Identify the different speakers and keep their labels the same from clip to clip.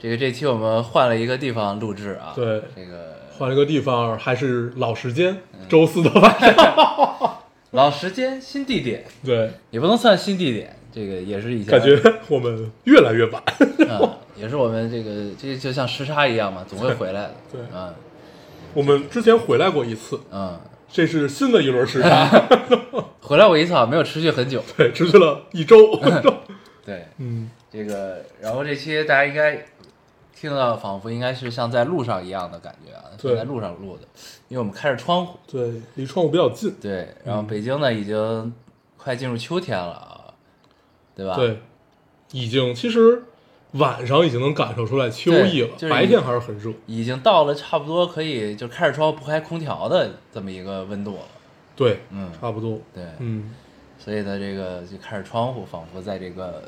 Speaker 1: 这个这期我们换了一个地方录制啊，
Speaker 2: 对
Speaker 1: 这个
Speaker 2: 换了个地方，还是老时间，周四的晚上。
Speaker 1: 老时间新地点，
Speaker 2: 对，
Speaker 1: 也不能算新地点，这个也是以前
Speaker 2: 感觉我们越来越晚。
Speaker 1: 啊，也是我们这个这就像时差一样嘛，总会回 来的。
Speaker 2: 对对
Speaker 1: 嗯
Speaker 2: 我们之前回来过一次，
Speaker 1: 嗯，
Speaker 2: 这是新的一轮 时差，
Speaker 1: 回来我一次好像没有持续很久。
Speaker 2: 对，持续了 一周。
Speaker 1: 对，
Speaker 2: 嗯，
Speaker 1: 这个然后这期大家应该听到，仿佛应该是像在路上一样的感觉啊，
Speaker 2: 对
Speaker 1: 是在路上录的，因为我们开着窗户。
Speaker 2: 对，离窗户比较近。
Speaker 1: 对，然
Speaker 2: 嗯
Speaker 1: 后北京呢已经快进入秋天了啊，对吧？
Speaker 2: 对，已经其实晚上已经能感受出来秋
Speaker 1: 对
Speaker 2: 意了
Speaker 1: 就，是
Speaker 2: 白天还是很热。
Speaker 1: 已经到了差不多可以就开着窗户不开空调的这么一个温度了。
Speaker 2: 对，
Speaker 1: 嗯
Speaker 2: 差不多。
Speaker 1: 对，
Speaker 2: 嗯，
Speaker 1: 所以呢，这个就开着窗户，仿佛在这个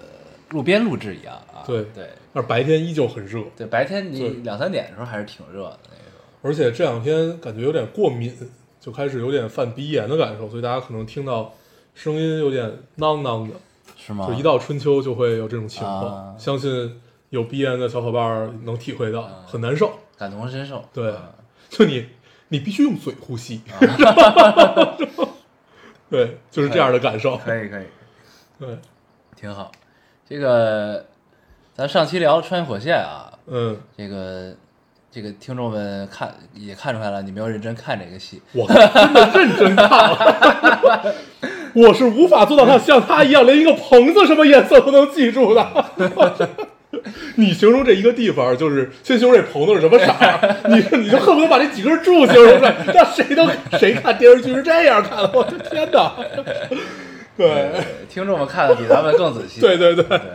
Speaker 1: 路边录制一样啊。
Speaker 2: 对
Speaker 1: 对
Speaker 2: 但是白天依旧很热，
Speaker 1: 对，白天你
Speaker 2: 对
Speaker 1: 两三点的时候还是挺热的那个时候。
Speaker 2: 而且这两天感觉有点过敏，就开始有点犯鼻炎的感受，所以大家可能听到声音有点囔囔的，
Speaker 1: 是吗？
Speaker 2: 就一到春秋就会有这种情况。
Speaker 1: 啊
Speaker 2: 相信有鼻炎的小伙伴儿能体会到，很难受。
Speaker 1: 感同身受。
Speaker 2: 对
Speaker 1: 啊，
Speaker 2: 就你，你必须用嘴呼吸， 对，就是这样的感受。
Speaker 1: 可以可以，
Speaker 2: 对，
Speaker 1: 挺好。这个咱上期聊穿越火线啊，
Speaker 2: 嗯，
Speaker 1: 这个这个听众们看也看出来了，你没有认真看这个戏。
Speaker 2: 我真的认真看了。 我是无法做到他像他一样，连一个棚子什么颜色都能记住的。 你形容这一个地方，就是先形容这棚子是什么色儿， 你你就恨不得把这几根柱形容出来， 那谁都谁看电视剧是这样看的？我的天哪！对，
Speaker 1: 呃听众们看的比咱们更仔细。
Speaker 2: 对对对，
Speaker 1: 对。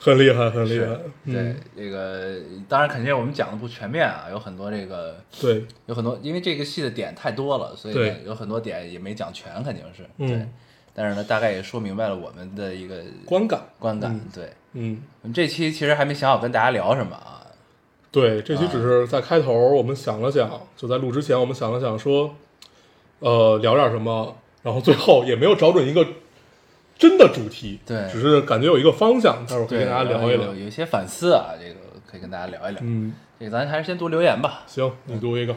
Speaker 2: 很厉害，很厉害
Speaker 1: 是。
Speaker 2: 嗯
Speaker 1: 对，这个当然肯定我们讲的不全面啊，有很多这个
Speaker 2: 对，
Speaker 1: 有很多，因为这个戏的点太多了，所以呢
Speaker 2: 对
Speaker 1: 有很多点也没讲全，肯定是
Speaker 2: 嗯
Speaker 1: 对。但是呢，大概也说明白了我们的一个
Speaker 2: 观感，
Speaker 1: 观感。
Speaker 2: 嗯
Speaker 1: 对，
Speaker 2: 嗯，
Speaker 1: 我们这期其实还没想好跟大家聊什么啊。
Speaker 2: 对，这期只是在开头我们想了想，就在录之前我们想了想说，呃，聊点什么，然后最后也没有找准一个真的主题，
Speaker 1: 对
Speaker 2: 只是感觉有一个方向，待会儿可
Speaker 1: 对，
Speaker 2: 以跟大家聊一
Speaker 1: 然后
Speaker 2: 聊
Speaker 1: 有。有一些反思啊，这个可以跟大家聊一聊。
Speaker 2: 嗯，
Speaker 1: 这个咱还是先读留言吧。
Speaker 2: 行，你读一个。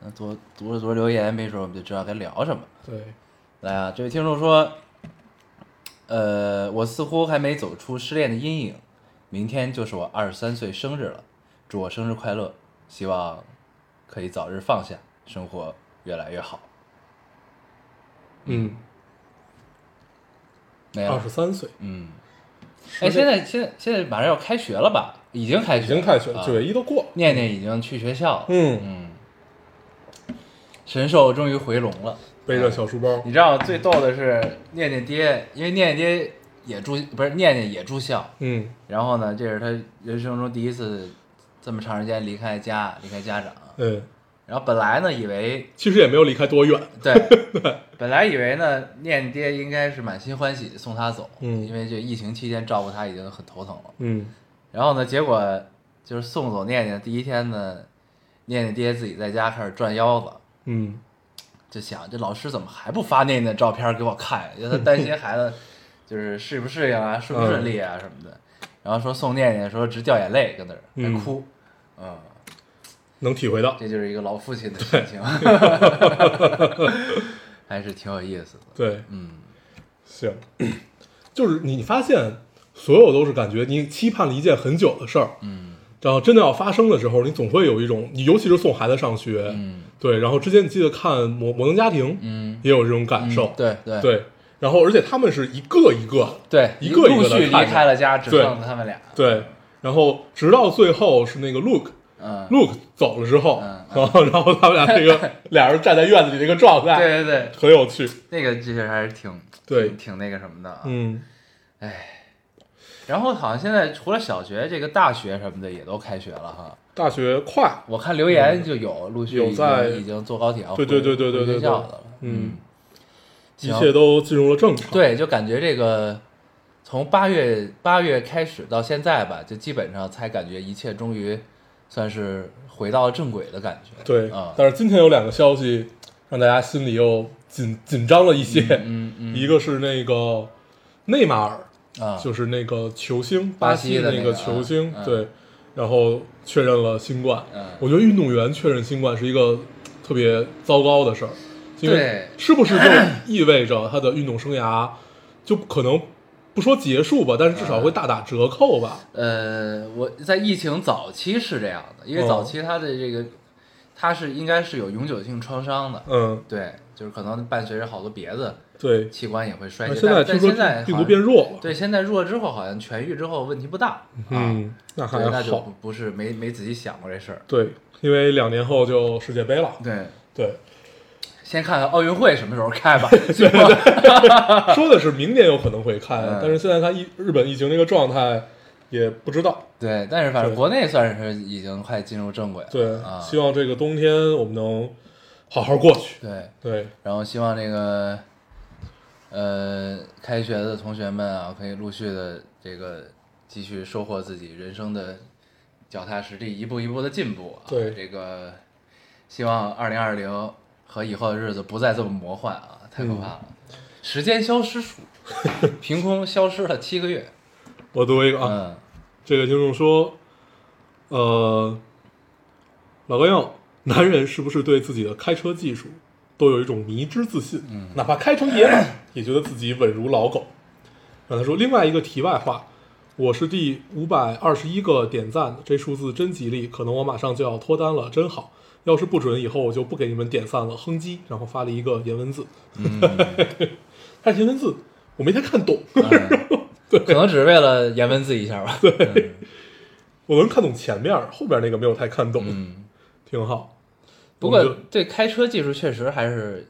Speaker 1: 那读读着读着留言，没准我们就知道该聊什么。
Speaker 2: 对，
Speaker 1: 来啊，这位听众说，呃，我似乎还没走出失恋的阴影，明天就是我二十三岁生日了，祝我生日快乐，希望可以早日放下，生活越来越好。
Speaker 2: 嗯，
Speaker 1: 没
Speaker 2: 二
Speaker 1: 有
Speaker 2: 十，三岁，
Speaker 1: 嗯，哎，现在现在现在马上要开学了吧？已经开学
Speaker 2: 已
Speaker 1: 了，
Speaker 2: 经开学了，
Speaker 1: 啊
Speaker 2: 九月一都过了。
Speaker 1: 念念已经去学校了，
Speaker 2: 嗯，
Speaker 1: 嗯，神兽终于回笼了。
Speaker 2: 背着小书包，
Speaker 1: 你知道最逗的是念念爹，因为念念爹也住不是念念也住校，
Speaker 2: 嗯，
Speaker 1: 然后呢，这是他人生中第一次这么长时间离开家，离开家长。
Speaker 2: 嗯，
Speaker 1: 然后本来呢，以为
Speaker 2: 其实也没有离开多远。
Speaker 1: 对，本来以为呢，念爹应该是满心欢喜地送他走，
Speaker 2: 嗯
Speaker 1: 因为这疫情期间照顾他已经很头疼了。
Speaker 2: 嗯，
Speaker 1: 然后呢，结果就是送走念念第一天呢，念念爹自己在家开始转腰子，
Speaker 2: 嗯，
Speaker 1: 就想这老师怎么还不发念念的照片给我看？因为他担心孩子就是适不适应啊，顺不顺利啊什么的。然后说送念念说直掉眼泪，跟那儿还
Speaker 2: 嗯
Speaker 1: 哭，嗯，
Speaker 2: 能体会到。
Speaker 1: 这就是一个老父亲的心情， 还是挺有意思的。
Speaker 2: 对，
Speaker 1: 嗯，
Speaker 2: 行，就是你发现所有都是感觉你期盼了一件很久的事儿，
Speaker 1: 嗯，
Speaker 2: 然后真的要发生的时候，你总会有一种，你尤其是送孩子上学，
Speaker 1: 嗯，
Speaker 2: 对，然后之前你记得看《摩摩登家庭》，
Speaker 1: 嗯，
Speaker 2: 也有这种感受，
Speaker 1: 对对
Speaker 2: 对，然后而且他们是一个一个的，
Speaker 1: 对，
Speaker 2: 一个一
Speaker 1: 陆
Speaker 2: 个地
Speaker 1: 续离
Speaker 2: 看着
Speaker 1: 开了家，只
Speaker 2: 对
Speaker 1: 剩他们俩。
Speaker 2: 对，然后直到最后是那个 Luke。
Speaker 1: 嗯，
Speaker 2: Luke 走了之后，
Speaker 1: 嗯
Speaker 2: 然后然后他们俩那 个俩人站在院子里那个状态，
Speaker 1: 对对啊对，
Speaker 2: 很有趣。
Speaker 1: 那个其实还是挺
Speaker 2: 对
Speaker 1: 挺挺那个什么的啊。
Speaker 2: 嗯，
Speaker 1: 然后好像现在除了小学，这个大学什么的也都开学了哈。
Speaker 2: 大学快，
Speaker 1: 我看留言就有陆续
Speaker 2: 嗯有
Speaker 1: 已经
Speaker 2: 在
Speaker 1: 已经坐高铁要啊
Speaker 2: 对
Speaker 1: 回
Speaker 2: 对对对对
Speaker 1: 回
Speaker 2: 对
Speaker 1: 学
Speaker 2: 对
Speaker 1: 校的了，
Speaker 2: 嗯，一
Speaker 1: 行
Speaker 2: 切都进入了正常。
Speaker 1: 对，就感觉这个从八月八月开始到现在吧，就基本上才感觉一切终于算是回到正轨的感觉。
Speaker 2: 对
Speaker 1: 啊，
Speaker 2: 但是今天有两个消息让大家心里又紧紧张了一些，
Speaker 1: 嗯嗯
Speaker 2: 一个是那个内马尔，
Speaker 1: 啊，
Speaker 2: 就是那个球星，
Speaker 1: 巴
Speaker 2: 西
Speaker 1: 西的
Speaker 2: 那
Speaker 1: 那个
Speaker 2: 球星，
Speaker 1: 啊啊
Speaker 2: 对，然后确认了新冠。
Speaker 1: 嗯
Speaker 2: 我觉得运动员确认新冠是一个特别糟糕的事儿，因为
Speaker 1: 对
Speaker 2: 是不是就意味着他的运动生涯就可能不说结束吧，但是至少会大打折扣吧？
Speaker 1: 呃，我在疫情早期是这样的，因为
Speaker 2: 哦
Speaker 1: 早期他的这个他是应该是有永久性创伤的，
Speaker 2: 嗯，
Speaker 1: 对，就是可能伴随着好多别的
Speaker 2: 对。
Speaker 1: 器官也会衰
Speaker 2: 但
Speaker 1: 竭。
Speaker 2: 现在
Speaker 1: 但
Speaker 2: 听
Speaker 1: 但
Speaker 2: 说
Speaker 1: 现在
Speaker 2: 病
Speaker 1: 好
Speaker 2: 毒
Speaker 1: 像
Speaker 2: 变弱了，
Speaker 1: 对，现在弱之后好像痊愈之后问题不大。啊，
Speaker 2: 嗯，那
Speaker 1: 对
Speaker 2: 还
Speaker 1: 那就
Speaker 2: 好
Speaker 1: 不。不是没没仔细想过这事儿。
Speaker 2: 对，因为两年后就世界杯了。
Speaker 1: 对，
Speaker 2: 对，
Speaker 1: 先看看奥运会什么时候开吧。对对
Speaker 2: 说的是明年有可能会看，
Speaker 1: 嗯
Speaker 2: 但是现在看疫日本疫情这个状态也不知道。
Speaker 1: 但是反正
Speaker 2: 对
Speaker 1: 国内算是已经快进入正轨了。
Speaker 2: 对，
Speaker 1: 啊，
Speaker 2: 希望这个冬天我们能好好过去。
Speaker 1: 对，
Speaker 2: 对，
Speaker 1: 然后希望这个呃开学的同学们啊，可以陆续的这个继续收获自己人生的脚踏实地，一步一步的进步、啊。
Speaker 2: 对
Speaker 1: 这个希望二零二零和以后的日子不再这么魔幻啊，太可怕了。
Speaker 2: 嗯
Speaker 1: 时间消失 术，凭空消失了七个月。
Speaker 2: 我读一个啊，
Speaker 1: 嗯，
Speaker 2: 这个听众说，呃，老高要，男人是不是对自己的开车技术都有一种迷之自信？嗯，哪怕开成野马，也觉得自己稳如老狗。然后他说，另外一个题外话，我是第五百二十一个点赞的，这数字真吉利，可能我马上就要脱单了，真好。要是不准，以后我就不给你们点赞了，哼唧。然后发了一个颜文字， 他是颜文字我没太看懂，
Speaker 1: 嗯可能只是为了颜文字一下吧。对，
Speaker 2: 我能看懂前面，后边那个没有太看懂，
Speaker 1: 嗯，
Speaker 2: 挺好。
Speaker 1: 不
Speaker 2: 我
Speaker 1: 过
Speaker 2: 们就
Speaker 1: 对开车技术确实还是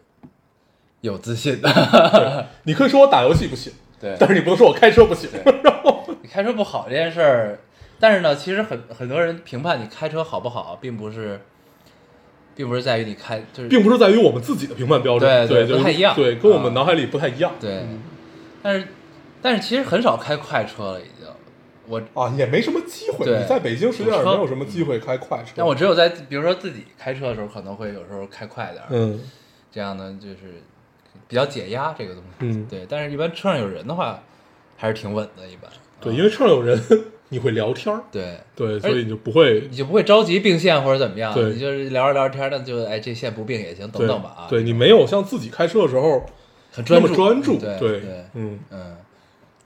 Speaker 1: 有自信 的。
Speaker 2: 你可以说我打游戏不行，
Speaker 1: 对
Speaker 2: 但是你不能说我开车不行。
Speaker 1: 你开车不好这件事儿，但是呢，其实很很多人评判你开车好不好，并不是，并不是在于你开，就是
Speaker 2: 并不是在于我们自己的评判标
Speaker 1: 对
Speaker 2: 准，对，
Speaker 1: 对
Speaker 2: 就是
Speaker 1: 不太一样嗯
Speaker 2: 对，跟我们脑海里不太一样。
Speaker 1: 对，但是但是其实很少开快车了，已经。我
Speaker 2: 啊，也没什么机会。
Speaker 1: 对
Speaker 2: 你在北京实际上
Speaker 1: 堵
Speaker 2: 也
Speaker 1: 车
Speaker 2: 没有什么机会开快车。
Speaker 1: 但我只有在比如说自己开车的时候，可能会有时候开快点儿，
Speaker 2: 嗯
Speaker 1: 这样呢就是比较解压这个东西。
Speaker 2: 嗯
Speaker 1: 对，但是一般车上有人的话，还是挺稳的，一般。啊
Speaker 2: 对，因为车上有人， 你会聊天儿，
Speaker 1: 对，
Speaker 2: 对，
Speaker 1: 而
Speaker 2: 所以你就不会
Speaker 1: 你就不会着急并线或者怎么样，
Speaker 2: 对
Speaker 1: 你就是聊着聊着天儿，那就哎这线不并也行，等
Speaker 2: 对
Speaker 1: 等吧啊，
Speaker 2: 对你没有像自己开车的时候
Speaker 1: 很
Speaker 2: 那
Speaker 1: 专
Speaker 2: 么
Speaker 1: 注，
Speaker 2: 专注。
Speaker 1: 对
Speaker 2: 对，嗯，
Speaker 1: 嗯，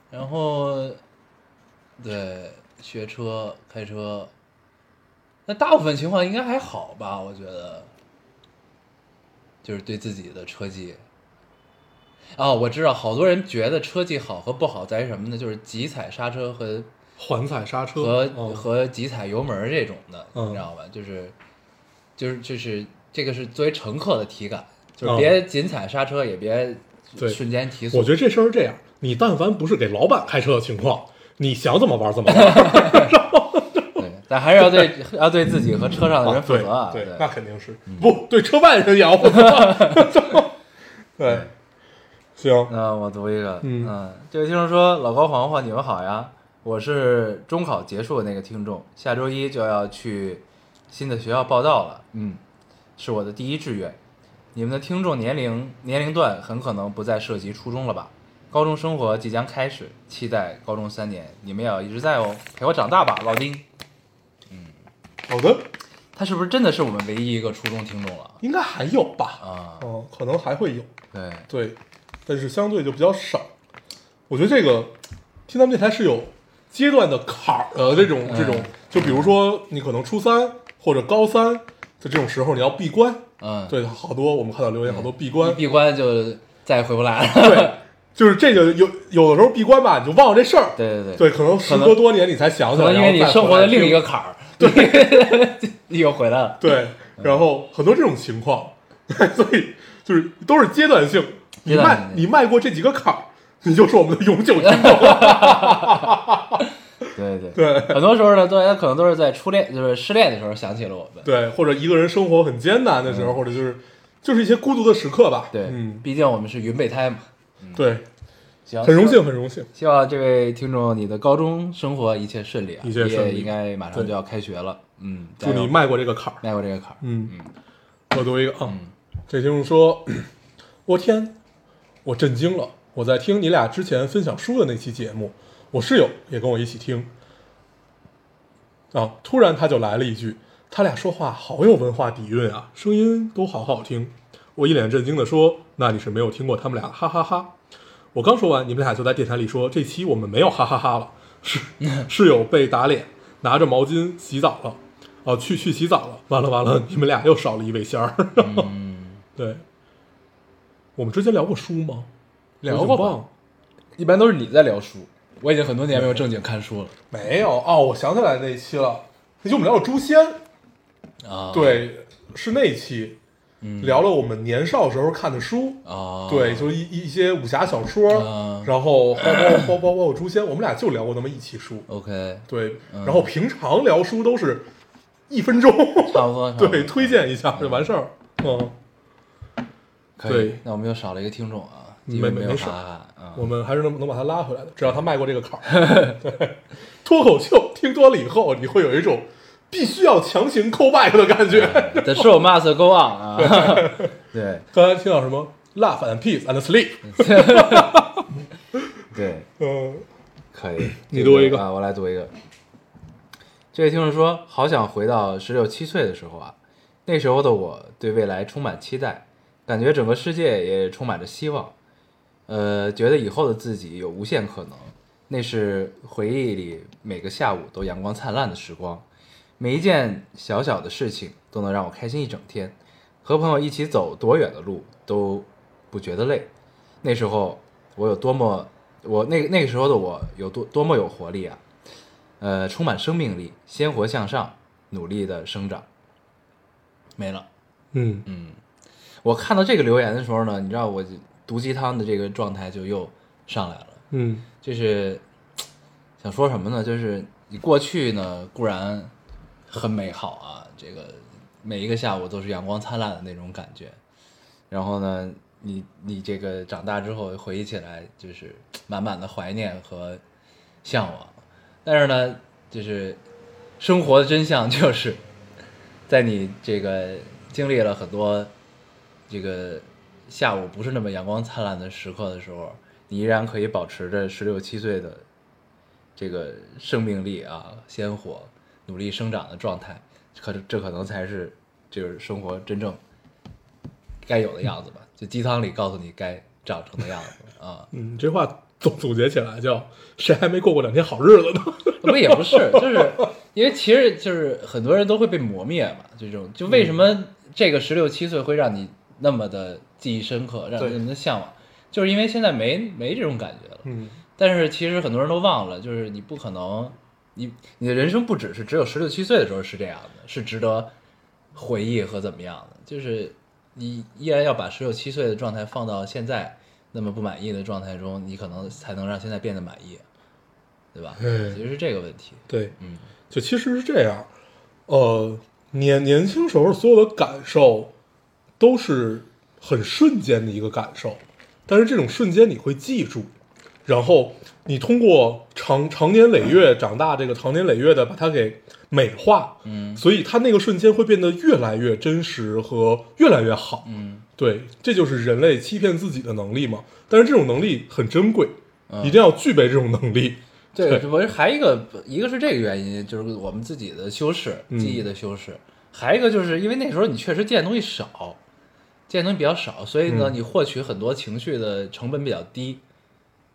Speaker 1: 然后对学车开车，那大部分情况应该还好吧？我觉得，就是对自己的车技。啊、我知道，好多人觉得车技好和不好在于什么呢？就是急踩刹车和
Speaker 2: 缓踩刹车
Speaker 1: 和、
Speaker 2: 嗯
Speaker 1: 和急踩油门这种的，
Speaker 2: 嗯
Speaker 1: 你知道吧？就是就是就是这个是作为乘客的体感，就是
Speaker 2: 嗯
Speaker 1: 别紧踩刹车，也别
Speaker 2: 对
Speaker 1: 瞬间提速。
Speaker 2: 我觉得这事儿是这样，你但凡不是给老板开车的情况，你想怎么玩儿怎么玩儿
Speaker 1: 对，但还是要对 要对自己和车上的人
Speaker 2: 啊。
Speaker 1: 负
Speaker 2: 对
Speaker 1: 责啊。
Speaker 2: 对，那肯定是不对车外人也要负责。对，行，
Speaker 1: 那啊我读一个，
Speaker 2: 嗯
Speaker 1: 这位听众说：“老高、黄黄，你们好呀，我是中考结束的那个听众，下周一就要去新的学校报到了，嗯，是我的第一志愿。你们的听众年龄年龄段很可能不再涉及初中了吧？高中生活即将开始，期待高中三年，你们也要一直在哦，陪我长大吧，老丁。
Speaker 2: 好的，
Speaker 1: 他是不是真的是我们唯一一个初中听众了
Speaker 2: 应该还有吧？
Speaker 1: 啊？
Speaker 2: 嗯，可能还会有，
Speaker 1: 对，
Speaker 2: 对，但是相对就比较少。我觉得这个听咱们电台是有阶段的坎儿的，这种这种，就比如说你可能初三或者高三的这种时候，你要闭关。
Speaker 1: 嗯，
Speaker 2: 对，好多我们看到留言，好多闭
Speaker 1: 一
Speaker 2: 关，
Speaker 1: 闭关就再也回不来了。
Speaker 2: 对，就是这个有有的时候闭关吧，你就忘了这事儿，
Speaker 1: 对对
Speaker 2: 对，，可能时隔多年你才想起
Speaker 1: 可
Speaker 2: 来，
Speaker 1: 能因为你
Speaker 2: 然后再
Speaker 1: 生活的
Speaker 2: 回来
Speaker 1: 另一个坎 儿，对， 又回来了。
Speaker 2: 听对，然后很多这种情况， 所以就是都是阶段性，你
Speaker 1: 阶段
Speaker 2: 迈
Speaker 1: 性对对
Speaker 2: 对
Speaker 1: 很多时候呢，大家可能都是在初恋，就是失恋的时候想起了我们。
Speaker 2: 对，或者一个人生活很艰难的时候，或者就是就是一些孤独的时刻吧。
Speaker 1: 嗯对，嗯
Speaker 2: 嗯，
Speaker 1: 毕竟我们是云备胎嘛。
Speaker 2: 对，
Speaker 1: 行，
Speaker 2: 很荣幸，很荣幸。
Speaker 1: 希望这位听众你的高中生活一切顺利啊，
Speaker 2: 一切顺利
Speaker 1: 也应该马上就要开学了。嗯，
Speaker 2: 祝
Speaker 1: 加
Speaker 2: 你
Speaker 1: 油嗯
Speaker 2: 迈过这个坎儿。
Speaker 1: 迈过这个坎儿。
Speaker 2: 嗯，我读一个啊，这听众说：“我天，我震惊了！我在听你俩之前分享书的那期节目，我室友也跟我一起听。啊，突然他就来了一句：他俩说话好有文化底蕴啊，声音都好好听。我一脸震惊的说：那你是没有听过他们俩，哈哈哈我刚说完，你们俩就在电台里说这期我们没有哈哈哈了， 室室友被打脸，拿着毛巾洗澡了，哦、去去洗澡了，完了完了，你们俩又少了一位仙儿。
Speaker 1: 嗯
Speaker 2: 对，我们之前聊过书吗？
Speaker 1: 聊
Speaker 2: 我已
Speaker 1: 过
Speaker 2: 经
Speaker 1: 吧
Speaker 2: 忘了
Speaker 1: 一般都是你在聊书，我已经很多年没有正经看书了
Speaker 2: 没有哦，我想起来那一期了，那期我们聊了《诛仙》，
Speaker 1: 啊。
Speaker 2: 对，是那一期，聊了我们年少时候看的书，
Speaker 1: 啊，
Speaker 2: 对，就一一一些武侠小说，
Speaker 1: 啊
Speaker 2: 然后包包包包括《诛仙》，我们俩就聊过那么一期书，
Speaker 1: ，OK，
Speaker 2: 对，
Speaker 1: 嗯
Speaker 2: 然后平常聊书都是一分钟，
Speaker 1: 差不多。差不多
Speaker 2: 对，推荐一下就完事儿，嗯，
Speaker 1: 可以
Speaker 2: 对。
Speaker 1: 那我们又少了一个听众啊，
Speaker 2: 没
Speaker 1: 因为
Speaker 2: 没
Speaker 1: 有
Speaker 2: 没事
Speaker 1: 哈哈啊。
Speaker 2: 我们还是能能把他拉回来的，只要他迈过这个坎儿。对，脱口秀听多了以后，你会有一种必须要强行 call back 的感觉。
Speaker 1: The show must go on 啊。 对
Speaker 2: 刚才听到什么 “laugh and peace and sleep”，
Speaker 1: 对，
Speaker 2: 嗯，
Speaker 1: 可 以。
Speaker 2: 你读一个
Speaker 1: 啊，我来读一个。这位听众说：“好想回到十六七岁的时候啊，那时候的我对未来充满期待，感觉整个世界也充满着希望，呃，觉得以后的自己有无限可能。那是回忆里每个下午都阳光灿烂的时光，每一件小小的事情都能让我开心一整天，和朋友一起走多远的路都不觉得累。那时候我有多么，我那那个时候的我有多多么有活力啊！呃，充满生命力，鲜活向上，努力的生长。没了。
Speaker 2: 嗯，
Speaker 1: 我看到这个留言的时候呢，你知道我毒鸡汤的这个状态就又上来了，
Speaker 2: 嗯，
Speaker 1: 就是想说什么呢？就是你过去呢固然很美好啊，这个每一个下午都是阳光灿烂的那种感觉，然后呢，你你这个长大之后回忆起来，就是满满的怀念和向往，但是呢，就是生活的真相就是，在你这个经历了很多这个下午不是那么阳光灿烂的时刻的时候，你依然可以保持着十六七岁的这个生命力啊、鲜活、努力生长的状态，可这可能才是就是生活真正该有的样子吧。就鸡汤里告诉你该长成的样子啊。
Speaker 2: 嗯，这话总总结起来叫“谁还没过过两天好日子呢
Speaker 1: 不也不是，就是因为其实就是很多人都会被磨灭嘛，这种就为什么这个十六七岁会让你那么的记忆深刻，让
Speaker 2: 对
Speaker 1: 你那么的向往，就是因为现在没没这种感觉了”。。
Speaker 2: 嗯，
Speaker 1: 但是其实很多人都忘了，就是你不可能，你你的人生不只是只有十六七岁的时候是这样的，是值得回忆和怎么样的，就是你依然要把十六七岁的状态放到现在那么不满意的状态中，你可能才能让现在变得满意，对吧？
Speaker 2: 嗯
Speaker 1: 其实是这个问题。
Speaker 2: 对，
Speaker 1: 嗯
Speaker 2: 就其实是这样，呃，年年轻时候所有的感受都是很瞬间的一个感受，但是这种瞬间你会记住，然后你通过长长年累月长大，这个长年累月的把它给美化，
Speaker 1: 嗯
Speaker 2: 所以它那个瞬间会变得越来越真实和越来越好。
Speaker 1: 嗯
Speaker 2: 对，这就是人类欺骗自己的能力嘛。但是这种能力很珍贵，
Speaker 1: 嗯
Speaker 2: 一定要具备这种能力。
Speaker 1: 对，
Speaker 2: 对
Speaker 1: 这不是还一个，一个是这个原因，就是我们自己的修饰，
Speaker 2: 嗯
Speaker 1: 记忆的修饰；还一个就是因为那时候你确实见的东西少，见的东西比较少，所以呢，
Speaker 2: 嗯，
Speaker 1: 你获取很多情绪的成本比较低，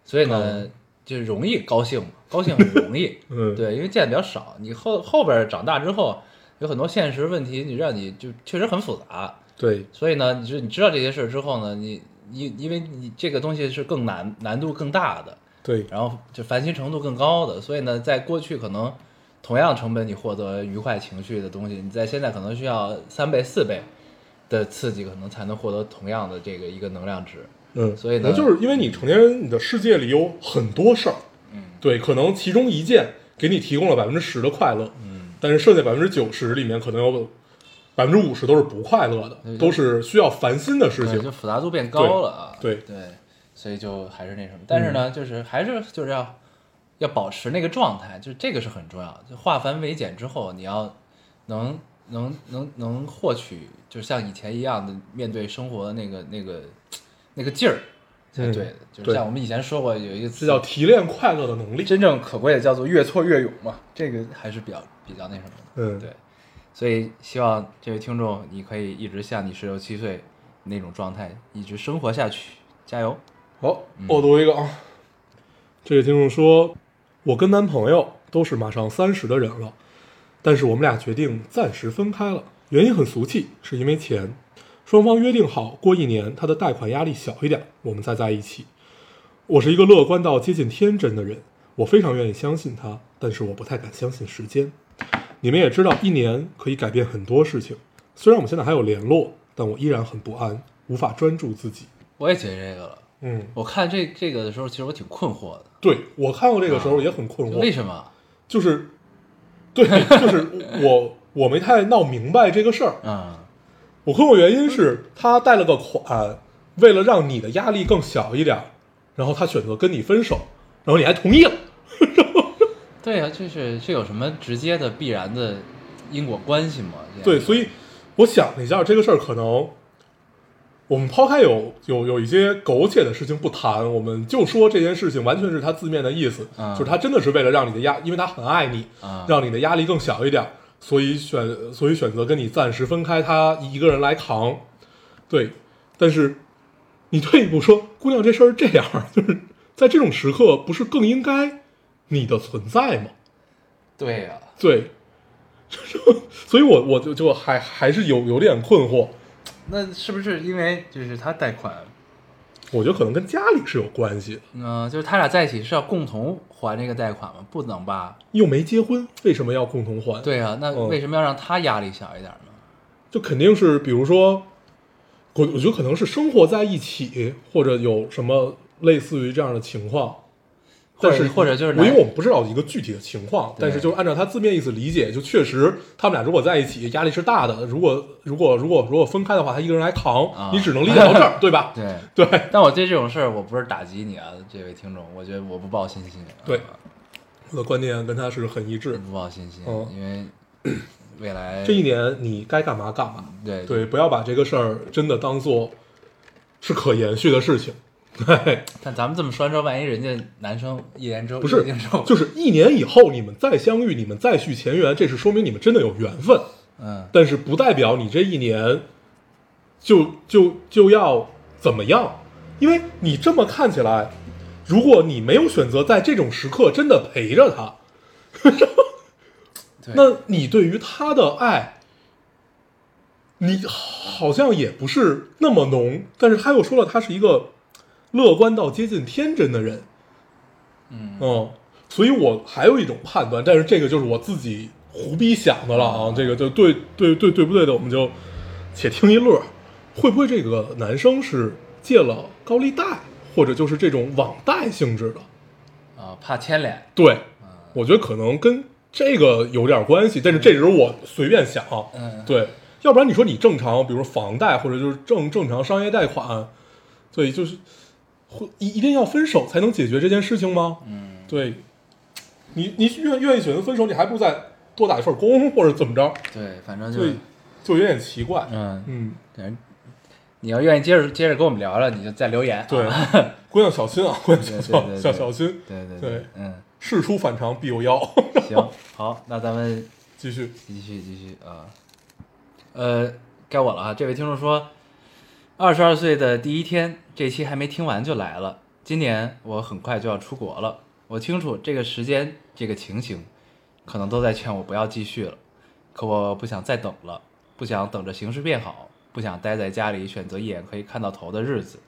Speaker 1: 所以呢，就容易高兴嘛，高兴很容易
Speaker 2: 哦 嗯
Speaker 1: 对，因为见的比较少。你后后边长大之后，有很多现实问题，你让你就确实很复杂，
Speaker 2: 对，
Speaker 1: 所以呢，你就你知道这些事儿之后呢，你你因为你这个东西是更难难度更大的，
Speaker 2: 对，
Speaker 1: 然后就烦心程度更高的。所以呢，在过去可能同样成本你获得愉快情绪的东西，你在现在可能需要三倍、四倍的刺激，可能才能获得同样的这个一个能量值。
Speaker 2: 嗯，
Speaker 1: 所以呢
Speaker 2: 可能就是因为你成年人，你的世界里有很多事儿，嗯，对，可能其中一件给你提供了百分之十的快乐，嗯，但是剩下百分之九十里面可能有百分之五十都是不快乐的，都是需要烦心的事
Speaker 1: 对，
Speaker 2: 情
Speaker 1: 就，复杂度变高了啊。
Speaker 2: 对
Speaker 1: 对嗯所以就还是那什么，但是呢，就是还是就是要要保持那个状态，就这个是很重要的。就化繁为简之后，你要能能能能获取，就像以前一样的面对生活的那个那个那个劲儿才
Speaker 2: 嗯
Speaker 1: 对的。就是
Speaker 2: 对
Speaker 1: 像我们以前说过有一个
Speaker 2: 这
Speaker 1: 词
Speaker 2: 叫提炼快乐的能力。
Speaker 1: 真正可贵的叫做越挫越勇嘛，这个还是比较比较那什么的。
Speaker 2: 嗯，
Speaker 1: 对，所以希望这位听众，你可以一直像你十六七岁那种状态，一直生活下去，加油！
Speaker 2: 好，我读一个啊。这位听众说，我跟男朋友都是马上三十的人了，但是我们俩决定暂时分开了，原因很俗气，是因为钱。双方约定好，过一年他的贷款压力小一点，我们再在一起。我是一个乐观到接近天真的人，我非常愿意相信他，但是我不太敢相信时间。你们也知道，一年可以改变很多事情。虽然我们现在还有联络，但我依然很不安，无法专注自己。
Speaker 1: 我也觉得这个了。
Speaker 2: 嗯，
Speaker 1: 我看这这个的时候，其实我挺困惑的，
Speaker 2: 对我看过这个时候也很困
Speaker 1: 就
Speaker 2: 惑，
Speaker 1: 为什么？
Speaker 2: 就是，对，就是我我没太闹明白这个事儿。
Speaker 1: 嗯，
Speaker 2: 我困惑原因是他贷了个款，为了让你的压力更小一点儿，然后他选择跟你分手，然后你还同意了。
Speaker 1: 对啊，就是这有什么直接的必然的因果关系吗？这样
Speaker 2: 对，所以我想了一下，这个事儿可能我们抛开有有有一些苟且的事情不谈，我们就说这件事情完全是他字面的意思，
Speaker 1: 嗯
Speaker 2: 就是他真的是为了让你的压，因为他很爱你，
Speaker 1: 啊，
Speaker 2: 让你的压力更小一点，所以选所以选择跟你暂时分开，他一个人来扛。对，但是你退一步说，姑娘这事儿 这样，就是在这种时刻，不是更应该你的存在吗？
Speaker 1: 对啊呀、
Speaker 2: 对， 所以我我就就还还是有有点困惑，
Speaker 1: 那是不是因为就是他贷款？
Speaker 2: 我觉得可能跟家里是有关系的，
Speaker 1: 嗯、就是他俩在一起是要共同还这个贷款吗？不能吧？
Speaker 2: 又没结婚，为什么要共同还？，
Speaker 1: 对啊，那
Speaker 2: 嗯
Speaker 1: 为什么要让他压力小一点呢？
Speaker 2: 就肯定是比如说，我我觉得可能是生活在一起，或者有什么类似于这样的情况。
Speaker 1: 或
Speaker 2: 但
Speaker 1: 者
Speaker 2: 是
Speaker 1: 或者就是
Speaker 2: 我因
Speaker 1: 男
Speaker 2: 为我们不知道一个具体的情况，
Speaker 1: 对
Speaker 2: 但是就按照他字面意思理解，就确实他们俩如果在一起，压力是大的。如果如果如果如果分开的话，他一个人来扛，
Speaker 1: 啊
Speaker 2: 你只能理解到这 儿，对吧？
Speaker 1: 对，
Speaker 2: 对
Speaker 1: 但我对这种事儿，我不是打击你啊，这位听众，我觉得我不抱信心，
Speaker 2: 对
Speaker 1: 啊
Speaker 2: 我的观念跟他是很一致。
Speaker 1: 不抱信心，
Speaker 2: 嗯
Speaker 1: 因为 未来
Speaker 2: 这一年你该干嘛干嘛，
Speaker 1: 对
Speaker 2: 对，不要把这个事儿真的当做是可延续的事情。 对，
Speaker 1: 但咱们这么说完之后，万一人家男生一年之后
Speaker 2: 不是
Speaker 1: 一年之后，
Speaker 2: 就是一年以后你们再相遇，你们再续前缘，这是说明你们真的有缘分。
Speaker 1: 嗯，
Speaker 2: 但是不代表你这一年就就就要怎么样，因为你这么看起来，如果你没有选择在这种时刻真的陪着他，
Speaker 1: 对，
Speaker 2: 那你对于他的爱，你好像也不是那么浓。但是他又说了，他是一个乐观到接近天真的人，
Speaker 1: 嗯
Speaker 2: 嗯，所以我还有一种判断，但是这个就是我自己胡逼想的了
Speaker 1: 嗯
Speaker 2: 啊，这个就对对对对不对的，我们就且听一乐。会不会这个男生是借了高利贷，或者就是这种网贷性质的？
Speaker 1: 啊，怕牵连，
Speaker 2: 对，我觉得可能跟这个有点关系，但是这只是我随便想啊，
Speaker 1: 嗯，
Speaker 2: 对，要不然你说你正常，比如说房贷或者就是正正常商业贷款，对，就是会一一定要分手才能解决这件事情吗？
Speaker 1: 嗯，
Speaker 2: 对，你你愿愿意选择分手，你还不如再多打一份工或者怎么着，
Speaker 1: 对，反正就
Speaker 2: 所以就有点奇怪。
Speaker 1: 嗯，
Speaker 2: 嗯，
Speaker 1: 对你要愿意接着接着跟我们聊聊，你就再留言，
Speaker 2: 对
Speaker 1: 啊，
Speaker 2: 姑娘小心啊，姑娘
Speaker 1: 对对
Speaker 2: 小小
Speaker 1: 对
Speaker 2: 小
Speaker 1: 对
Speaker 2: 小心，
Speaker 1: 对对
Speaker 2: 对
Speaker 1: 嗯，
Speaker 2: 事出反常必有妖。
Speaker 1: 行，好，那咱们
Speaker 2: 继续，
Speaker 1: 继续继续啊，呃，该我了啊。这位听众说，二十二岁的第一天，这期还没听完就来了。今年我很快就要出国了，我清楚这个时间、这个情形，可能都在劝我不要继续了。可我不想再等了，不想等着形势变好，不想待在家里选择一眼可以看到头的日子。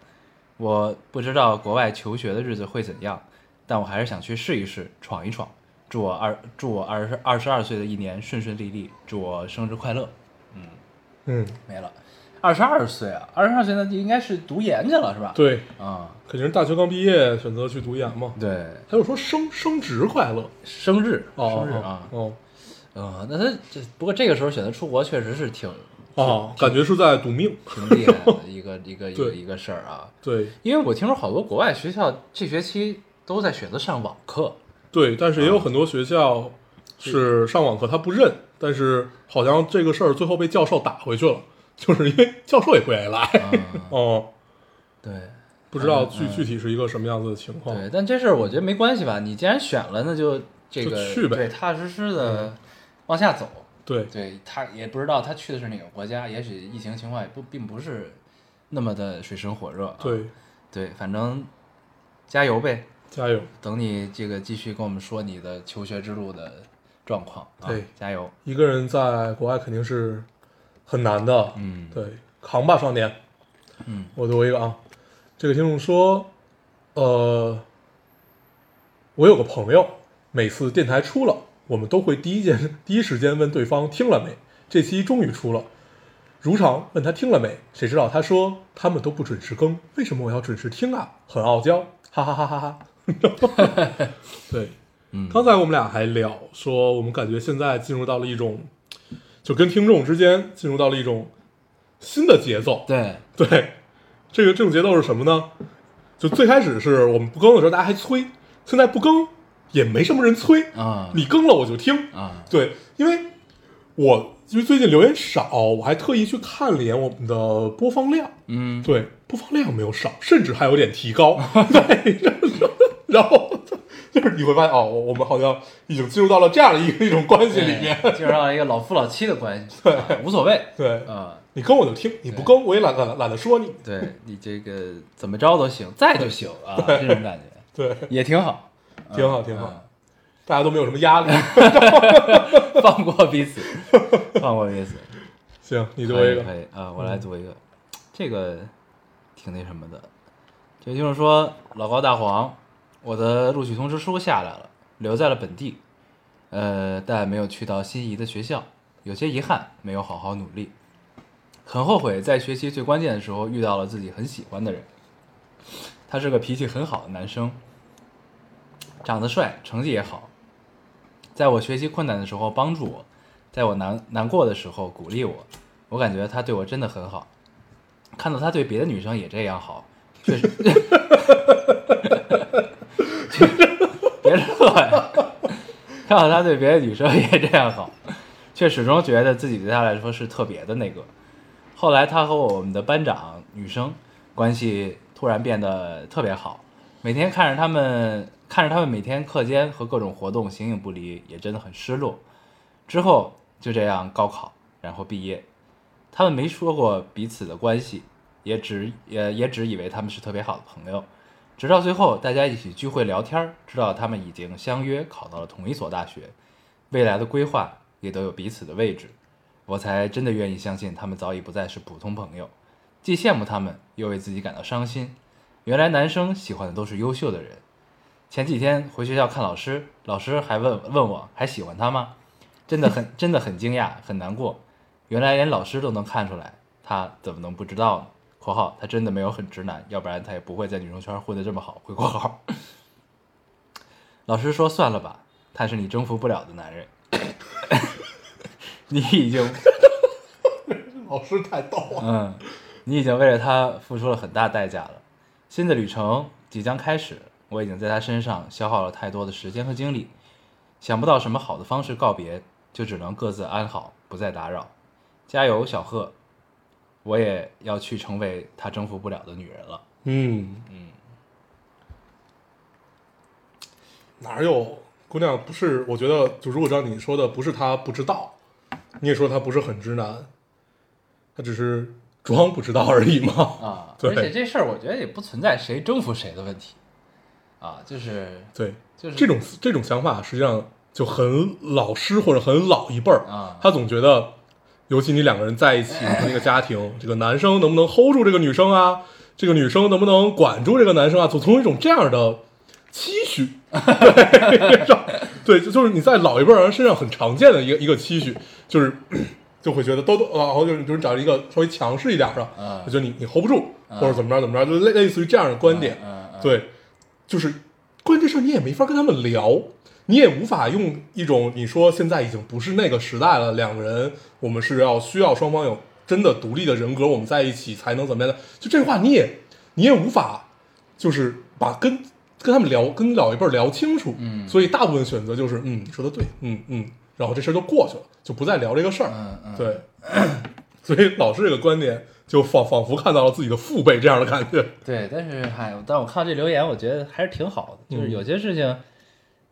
Speaker 1: 我不知道国外求学的日子会怎样，但我还是想去试一试，闯一闯。祝我二祝我二十二十二岁的一年顺顺利利，祝我生日快乐。
Speaker 2: 嗯，
Speaker 1: 没了，二十二岁啊，二十二岁那就应该是读研去了是吧？
Speaker 2: 对，
Speaker 1: 啊、
Speaker 2: 肯定是大学刚毕业选择去读研嘛。
Speaker 1: 对，
Speaker 2: 还有说升升职快乐，
Speaker 1: 生日，
Speaker 2: 哦
Speaker 1: 生日啊，
Speaker 2: 哦
Speaker 1: 啊、那他这不过这个时候选择出国确实是挺
Speaker 2: 哦，感觉是在赌命。
Speaker 1: 挺厉害的一个一个一个
Speaker 2: 对
Speaker 1: 一个事儿啊，
Speaker 2: 对
Speaker 1: 因为我听说好多国外学校这学期都在选择上网课，
Speaker 2: 对，但是也有很多学校是上网课他不认，但是好像这个事儿最后被教授打回去了，就是因为教授也不愿意来。
Speaker 1: 啊、
Speaker 2: 哦，
Speaker 1: 对
Speaker 2: 不知道
Speaker 1: 嗯
Speaker 2: 具
Speaker 1: 嗯
Speaker 2: 具体是一个什么样子的情况。
Speaker 1: 对，但这事儿我觉得没关系吧，你既然选了，那就这个
Speaker 2: 就去呗嗯
Speaker 1: 对，踏踏实实的往下走。
Speaker 2: 对
Speaker 1: 对他也不知道他去的是哪个国家，也许疫情情况也不并不是那么的水深火热、啊。
Speaker 2: 对，
Speaker 1: 对，反正加油呗，
Speaker 2: 加油！
Speaker 1: 等你这个继续跟我们说你的求学之路的状况啊，
Speaker 2: 对
Speaker 1: 加油，
Speaker 2: 一个人在国外肯定是很难的，
Speaker 1: 嗯，
Speaker 2: 对，扛吧，少年。
Speaker 1: 嗯，
Speaker 2: 我读一个啊，这个听众说，呃，我有个朋友，每次电台出了，我们都会第一件第一时间问对方听了没，这期终于出了。如常问他听了没，谁知道他说他们都不准时更，为什么我要准时听啊？很傲娇，哈哈哈哈哈。 对，
Speaker 1: 嗯，
Speaker 2: 刚才我们俩还聊说，我们感觉现在进入到了一种，就跟听众之间进入到了一种新的节奏。
Speaker 1: 对，
Speaker 2: 对，这个这种节奏是什么呢？就最开始是我们不更的时候，大家还催，现在不更也没什么人催，
Speaker 1: 啊
Speaker 2: 你更了我就听。
Speaker 1: 啊，
Speaker 2: 对，因为我因为最近留言少，我还特意去看了一眼我们的播放量，
Speaker 1: 嗯，
Speaker 2: 对，播放量没有少，甚至还有点提高。 对，然后 就是你会发现哦，我我们好像已经进入到了这样的一个一种关系
Speaker 1: 对
Speaker 2: 里面。
Speaker 1: 进入到一个老夫老妻的关系，啊无所谓，
Speaker 2: 对，
Speaker 1: 啊。
Speaker 2: 你跟我就听，你不跟我也懒懒懒得说你。
Speaker 1: 对你这个怎么着都行，在就行啊，这种感觉
Speaker 2: 对，
Speaker 1: 也挺好，啊
Speaker 2: 挺好，挺好，大家都没有什么压 力。
Speaker 1: 嗯，放过彼此，放过彼此。
Speaker 2: 行，你读
Speaker 1: 可以
Speaker 2: 一个嗯
Speaker 1: 可以啊，我来读一个，这个挺那什么的，这就是说老高大黄，我的录取通知书下来了，留在了本地，呃，但没有去到心仪的学校，有些遗憾，没有好好努力，很后悔在学习最关键的时候遇到了自己很喜欢的人，他是个脾气很好的男生，长得帅，成绩也好，在我学习困难的时候帮助我，在我难难过的时候鼓励我，我感觉他对我真的很好。看到他对别的女生也这样好，确实，别乐呀！看到他对别的女生也这样好，却始终觉得自己对他来说是特别的那个。后来他和我们的班长女生关系突然变得特别好，每天看着他们看着他们每天课间和各种活动形影不离，也真的很失落。之后就这样高考，然后毕业。他们没说过彼此的关系，也只也也只以为他们是特别好的朋友。直到最后，大家一起聚会聊天儿，知道他们已经相约考到了同一所大学，未来的规划也都有彼此的位置，我才真的愿意相信他们早已不再是普通朋友。既羡慕他们，又为自己感到伤心。原来男生喜欢的都是优秀的人。前几天回学校看老师，老师还问问我还喜欢他吗？真的很真的很惊讶，很难过。原来连老师都能看出来，他怎么能不知道呢？（括号他真的没有很直男，要不然他也不会在女生圈混得这么好。）回括号。老师说：“算了吧，他是你征服不了的男人， 你已经
Speaker 2: 老师太逗了。
Speaker 1: 嗯，你已经为了他付出了很大代价了。新的旅程即将开始，我已经在他身上消耗了太多的时间和精力，想不到什么好的方式告别，就只能各自安好，不再打扰。加油，小贺！我也要去成为他征服不了的女人了。
Speaker 2: 嗯嗯，哪有姑娘不是？我觉得就如果照你说的，不是她不知道，你也说她不是很直男，她只是装不知道而已嘛。
Speaker 1: 啊
Speaker 2: 对
Speaker 1: 而且这事儿我觉得也不存在谁征服谁的问题，啊，就是
Speaker 2: 对，
Speaker 1: 就是
Speaker 2: 这种这种想法实际上就很老师或者很老一辈儿
Speaker 1: 啊
Speaker 2: 他总觉得，尤其你两个人在一起那个家庭，这个男生能不能 hold 住这个女生啊？这个女生能不能管住这个男生啊？总从一种这样的期许， 对，对，就就是你在老一辈儿人身上很常见的一个一个期许，就是 就会觉得都都，然后就是就是找一个稍微强势一点的，
Speaker 1: 啊
Speaker 2: 就觉得你你 hold 不住，
Speaker 1: 啊
Speaker 2: 或者怎么着怎么着，就类类似于这样的观点。
Speaker 1: 嗯，嗯，
Speaker 2: 对，就是关于这事儿你也没法跟他们聊，你也无法用一种你说现在已经不是那个时代了，两个人我们是要需要双方有真的独立的人格，我们在一起才能怎么样的，就这话你也你也无法就是把跟。跟他们聊，跟老一辈儿聊清楚，
Speaker 1: 嗯
Speaker 2: 所以大部分选择就是，嗯，你说的对，嗯嗯，然后这事儿就过去了，就不再聊这个事儿，
Speaker 1: 嗯嗯
Speaker 2: 对， 所以老师这个观点就仿仿佛看到了自己的父辈这样的感觉，
Speaker 1: 对，但是嗨，但我看到这留言，我觉得还是挺好的，就是
Speaker 2: 嗯
Speaker 1: 有些事情，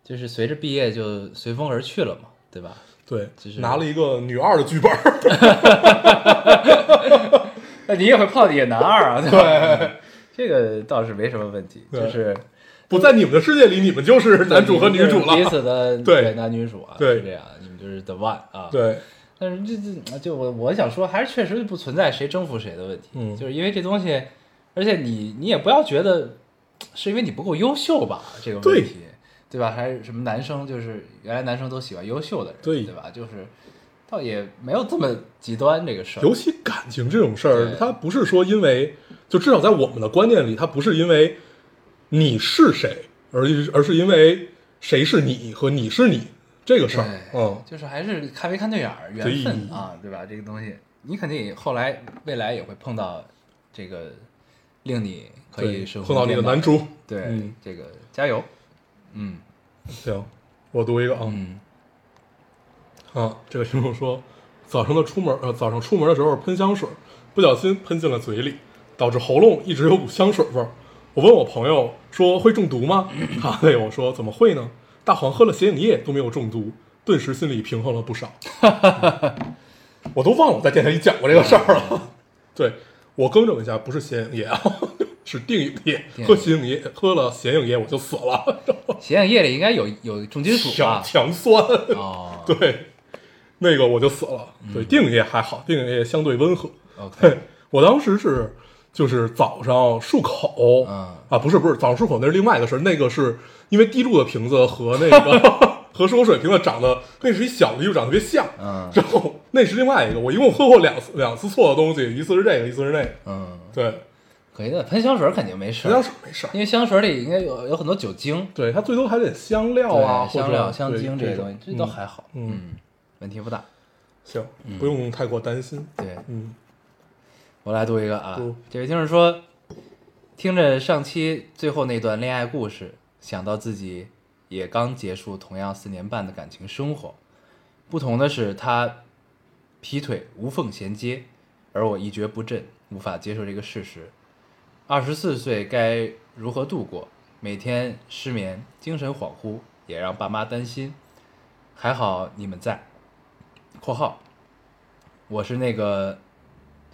Speaker 1: 就是随着毕业就随风而去了嘛，对吧？
Speaker 2: 对，
Speaker 1: 就是
Speaker 2: 拿了一个女二的剧本儿，
Speaker 1: 那你也会泡野男二啊？对吧，这个倒是没什么问题，
Speaker 2: 对
Speaker 1: 就是
Speaker 2: 不在你们的世界里，你们就是男主和女主
Speaker 1: 彼
Speaker 2: 了。
Speaker 1: 此的
Speaker 2: 对
Speaker 1: 男女主啊，
Speaker 2: 对
Speaker 1: 是这样，你们就是 the one 啊，。
Speaker 2: 对，
Speaker 1: 但是这这就我我想说，还是确实不存在谁征服谁的问题，
Speaker 2: 嗯
Speaker 1: 就是因为这东西，而且你你也不要觉得是因为你不够优秀吧，这个问
Speaker 2: 对
Speaker 1: 题，对吧？还是什么男生就是原来男生都喜欢优秀的人，对
Speaker 2: 对
Speaker 1: 吧？就是倒也没有这么极端这个事儿，
Speaker 2: 尤其感情这种事儿
Speaker 1: 对，
Speaker 2: 它不是说因为，就至少在我们的观念里，它不是因为你是谁，而而是因为谁是你和你是你这个事
Speaker 1: 对
Speaker 2: 儿。，嗯，
Speaker 1: 就是还是看没看对眼儿，缘分啊，对吧？这个东西，你肯定也后来未来也会碰到这个令你可以
Speaker 2: 对，
Speaker 1: 生活
Speaker 2: 碰到你的男，主，
Speaker 1: 对，
Speaker 2: 嗯
Speaker 1: 这个加油，嗯
Speaker 2: 行，我读一个啊。
Speaker 1: 嗯
Speaker 2: 啊，这个听众说，早上的出门，呃，早上出门的时候喷香水，不小心喷进了嘴里，导致喉咙一直有股香水味儿。我问我朋友说会中毒吗？他安慰我说怎么会呢？大黄喝了显影液都没有中毒，顿时心里平衡了不少。嗯我都忘了我在电台里讲过这个事儿了。 对我更正一下，不是显影液啊， 是定影液。喝显影液，喝了显影液我就死了，
Speaker 1: 显影液里应该有有重金属
Speaker 2: 强
Speaker 1: 吧？
Speaker 2: 强酸。
Speaker 1: 啊哦 嗯
Speaker 2: 对，那个我就死了。对，电影业还好，电影业相对温和。
Speaker 1: ，OK，
Speaker 2: 嘿， 我当时是就是早上漱口，
Speaker 1: 嗯
Speaker 2: 啊，不是不是，早上漱口那是另外一个事儿，那个是 因为滴露的瓶子和那个和漱口水瓶子长得那是一小的，又长得特别像。
Speaker 1: 嗯
Speaker 2: 然后那是另外一个，我一共喝过两次两次错的东西，一次是这个，一次是那个。
Speaker 1: 嗯，
Speaker 2: 对，
Speaker 1: 可以的，喷香水肯定没事
Speaker 2: 实
Speaker 1: 儿，
Speaker 2: 际上是没事儿。
Speaker 1: 因为香水里应该有有很多酒精，
Speaker 2: 对，它最多还得香料啊，
Speaker 1: 对
Speaker 2: 或者
Speaker 1: 香料、香
Speaker 2: 对
Speaker 1: 精这
Speaker 2: 这
Speaker 1: 些
Speaker 2: 种
Speaker 1: 东西，这都
Speaker 2: 嗯
Speaker 1: 还好，
Speaker 2: 嗯
Speaker 1: 嗯，问题不大。
Speaker 2: 行，
Speaker 1: 嗯
Speaker 2: 不用太过担心。
Speaker 1: 对，
Speaker 2: 嗯，
Speaker 1: 我来读一个啊
Speaker 2: 读，
Speaker 1: 这位听众说，听着上期最后那段恋爱故事，想到自己也刚结束同样四年半的感情生活，不同的是他劈腿无缝衔接，而我一蹶不振，无法接受这个事实。二十四岁该如何度过？每天失眠，精神恍惚，也让爸妈担心。还好你们在。（括号）我是那个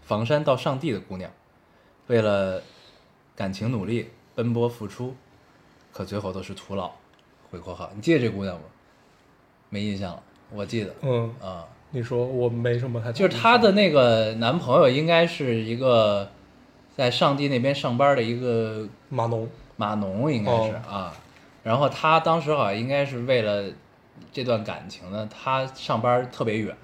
Speaker 1: 房山到上地的姑娘，为了感情努力奔波付出，可最后都是徒劳。回括号，你记得这姑娘吗？没印象了，我记得
Speaker 2: 嗯，
Speaker 1: 啊、
Speaker 2: 你说我没什么太大
Speaker 1: 就是她的那个男朋友应该是一个在上地那边上班的一个
Speaker 2: 码农，
Speaker 1: 码农，应该是、
Speaker 2: 哦
Speaker 1: 啊。然后她当时好像应该是为了这段感情呢，她上班特别远，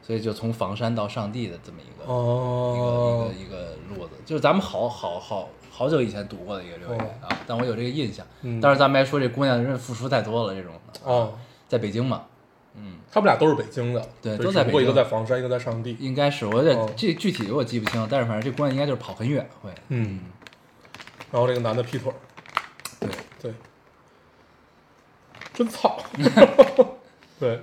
Speaker 1: 所以就从房山到上地的这么一个、
Speaker 2: 哦，
Speaker 1: 一个一个一个路子，就是咱们好好好好久以前读过的一个留言、
Speaker 2: 哦
Speaker 1: 啊，但我有这个印象。
Speaker 2: 嗯
Speaker 1: 但是咱们还说这姑娘真是付出太多了，这种
Speaker 2: 哦，
Speaker 1: 在北京嘛，
Speaker 2: 他们俩都是北京的，
Speaker 1: 对
Speaker 2: 就
Speaker 1: 都在
Speaker 2: 只不过
Speaker 1: 北
Speaker 2: 一
Speaker 1: 京
Speaker 2: 个在房山，一个在上地。
Speaker 1: 应该是我有点、
Speaker 2: 哦
Speaker 1: 这具体我记不清了，但是反正这姑娘应该就是跑很远会。
Speaker 2: 嗯，然后这个男的劈腿儿，
Speaker 1: 对，
Speaker 2: 对，真 操，对，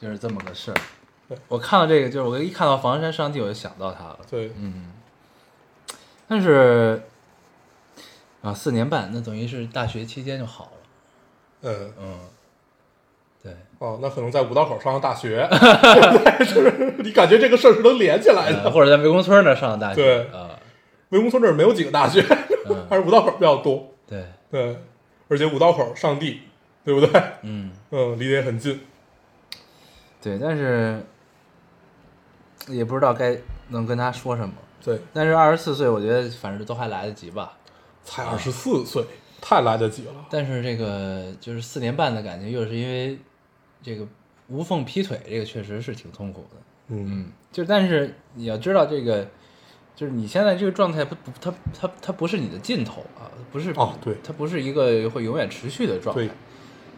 Speaker 1: 就是这么个事儿。我看到这个，就是我一看到房山上帝，我就想到他了。
Speaker 2: 对，
Speaker 1: 但是啊，四年半，那等于是大学期间就好了。
Speaker 2: 嗯，
Speaker 1: 嗯， 对，
Speaker 2: 哦，那可能在五道口上的大学， 就是你感觉这个事儿是能连起来
Speaker 1: 呃
Speaker 2: 的。
Speaker 1: 或者在湄公村那儿上的大学。
Speaker 2: 对
Speaker 1: 啊、
Speaker 2: 湄公村这儿没有几个大学，
Speaker 1: 嗯
Speaker 2: 还是五道口比较多。
Speaker 1: 对，
Speaker 2: 对，而且五道口上地，对 不对？
Speaker 1: 嗯，
Speaker 2: 嗯，离得也很近。
Speaker 1: 对，但是也不知道该能跟他说什么。
Speaker 2: 对，
Speaker 1: 但是二十四岁，我觉得反正都还来得及吧。
Speaker 2: 才二十四岁，太来得及了。
Speaker 1: 但是这个就是四年半的感情，又是因为这个无缝劈腿，这个确实是挺痛苦的。
Speaker 2: 嗯，
Speaker 1: 嗯，就但是你要知道这个，就是你现在这个状态不不，它它它不是你的尽头啊，不是
Speaker 2: 哦对
Speaker 1: 它不是一个会永远持续的状态
Speaker 2: 对。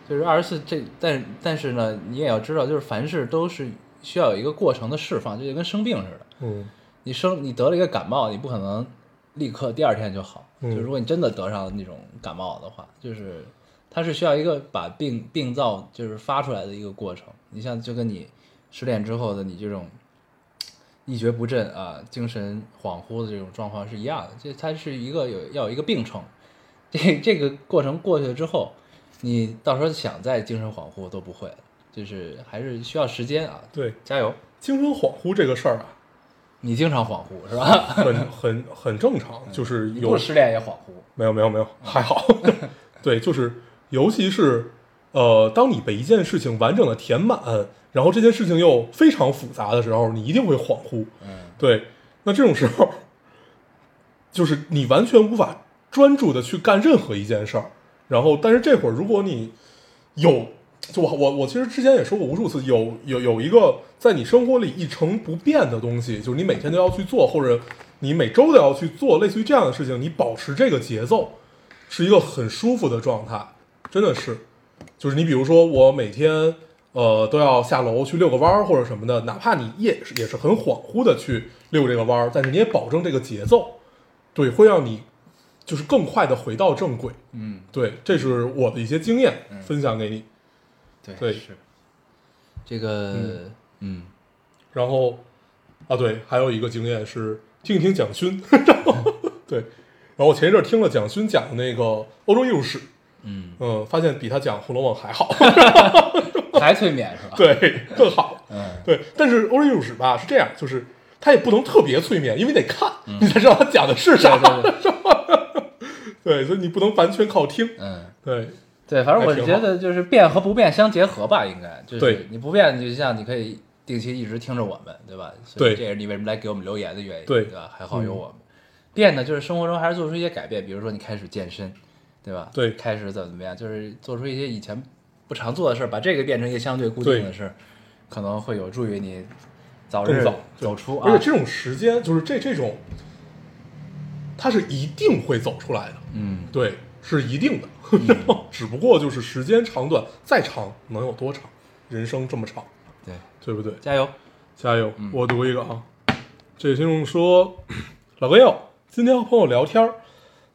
Speaker 1: 就是二十四这，但但是呢，你也要知道，就是凡事都是需要有一个过程的释放，这就跟生病似的。
Speaker 2: 嗯，
Speaker 1: 你生你得了一个感冒，你不可能立刻第二天就好。
Speaker 2: 嗯
Speaker 1: 就如果你真的得上那种感冒的话，就是它是需要一个把病病灶就是发出来的一个过程。你像就跟你失恋之后的你这种一蹶不振啊、精神恍惚的这种状况是一样的，这它是一个有要有一个病程。这这个过程过去了之后，你到时候想再精神恍惚都不会了，就是还是需要时间啊，
Speaker 2: 对，
Speaker 1: 加油！
Speaker 2: 精神恍惚这个事儿啊，
Speaker 1: 你经常恍惚是吧？
Speaker 2: 很很很正常，嗯就是
Speaker 1: 你
Speaker 2: 有
Speaker 1: 不失恋也恍惚。
Speaker 2: 没有没有没有，还好。 对，就是尤其是呃，当你被一件事情完整的填满，然后这件事情又非常复杂的时候，你一定会恍惚。
Speaker 1: 嗯
Speaker 2: 对，那这种时候，就是你完全无法专注的去干任何一件事儿。然后，但是这会儿如果你有，就我我我其实之前也说过无数次，有有有一个在你生活里一成不变的东西，就是你每天都要去做，或者你每周都要去做，类似于这样的事情，你保持这个节奏，是一个很舒服的状态，真的是。就是你比如说我每天呃都要下楼去遛个弯儿或者什么的，哪怕你也是也是很恍惚的去遛这个弯儿，但是你也保证这个节奏，对，会让你就是更快的回到正轨。
Speaker 1: 嗯，
Speaker 2: 对，这是我的一些经验
Speaker 1: 嗯
Speaker 2: 分享给你。
Speaker 1: 对
Speaker 2: 对
Speaker 1: 是这个嗯
Speaker 2: 然后啊，对，还有一个经验是听一听蒋勋，
Speaker 1: 嗯
Speaker 2: 对，然后我前一阵儿听了蒋勋讲的那个欧洲艺术史，
Speaker 1: 嗯，
Speaker 2: 嗯，发现比他讲《红楼梦》还好，
Speaker 1: 还催眠是吧？，
Speaker 2: 对，更好。
Speaker 1: 嗯
Speaker 2: 对，但是欧洲艺术史吧是这样，就是它也不能特别催眠，因为得看，你才知道它讲的是啥。
Speaker 1: 嗯对对对，
Speaker 2: 对，所以你不能完全靠听。
Speaker 1: 嗯。
Speaker 2: 对，
Speaker 1: 对，反正我
Speaker 2: 还挺
Speaker 1: 觉得就是变和不变相结合吧，应该就是
Speaker 2: 对
Speaker 1: 你不变，就像你可以定期一直听着我们，对吧？所以
Speaker 2: 对
Speaker 1: 这也是你为什么来给我们留言的原因，对
Speaker 2: 对
Speaker 1: 吧？还好有我们。变呢，就是生活中还是做出一些改变，比如说你开始健身，对吧？
Speaker 2: 对
Speaker 1: 开始怎么怎么样，就是做出一些以前不常做的事儿，把这个变成一个相对固定
Speaker 2: 对
Speaker 1: 的事儿，可能会有助于你早
Speaker 2: 更
Speaker 1: 日
Speaker 2: 早对
Speaker 1: 走出啊。
Speaker 2: 而且这种时间就是这这种，它是一定会走出来的。
Speaker 1: 嗯，
Speaker 2: 对，是一定的， 只不过就是时间长短，再长能有多长？人生这么长，
Speaker 1: 对，
Speaker 2: 对不对？
Speaker 1: 加油，
Speaker 2: 加油！我读一个啊，这位听众说：“ 老哥友，今天和朋友聊天儿，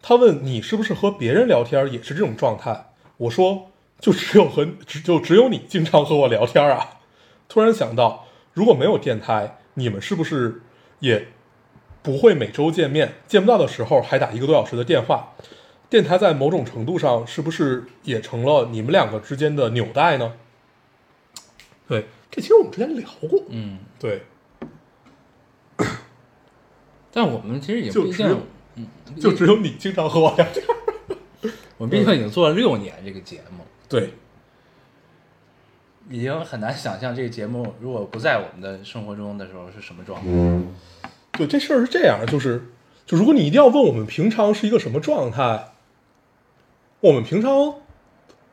Speaker 2: 他问你是不是和别人聊天儿也是这种状态？”我说：“就只有和只就只有你经常和我聊天儿啊。”突然想到，如果没有电台，你们是不是也不会每周见面？见不到的时候还打一个多小时的电话？电台在某种程度上是不是也成了你们两个之间的纽带呢？对，这其实我们之前聊过，
Speaker 1: 嗯。
Speaker 2: 对，
Speaker 1: 但我们其实也
Speaker 2: 就
Speaker 1: 毕
Speaker 2: 只有
Speaker 1: 竟，嗯，
Speaker 2: 就只有你经常和我聊天。
Speaker 1: 我们毕竟已经做了六年这个节目，
Speaker 2: 对，
Speaker 1: 已经很难想象这个节目如果不在我们的生活中的时候是什么状态。
Speaker 2: 对，这事儿是这样，就是就如果你一定要问我们平常是一个什么状态，我们平常，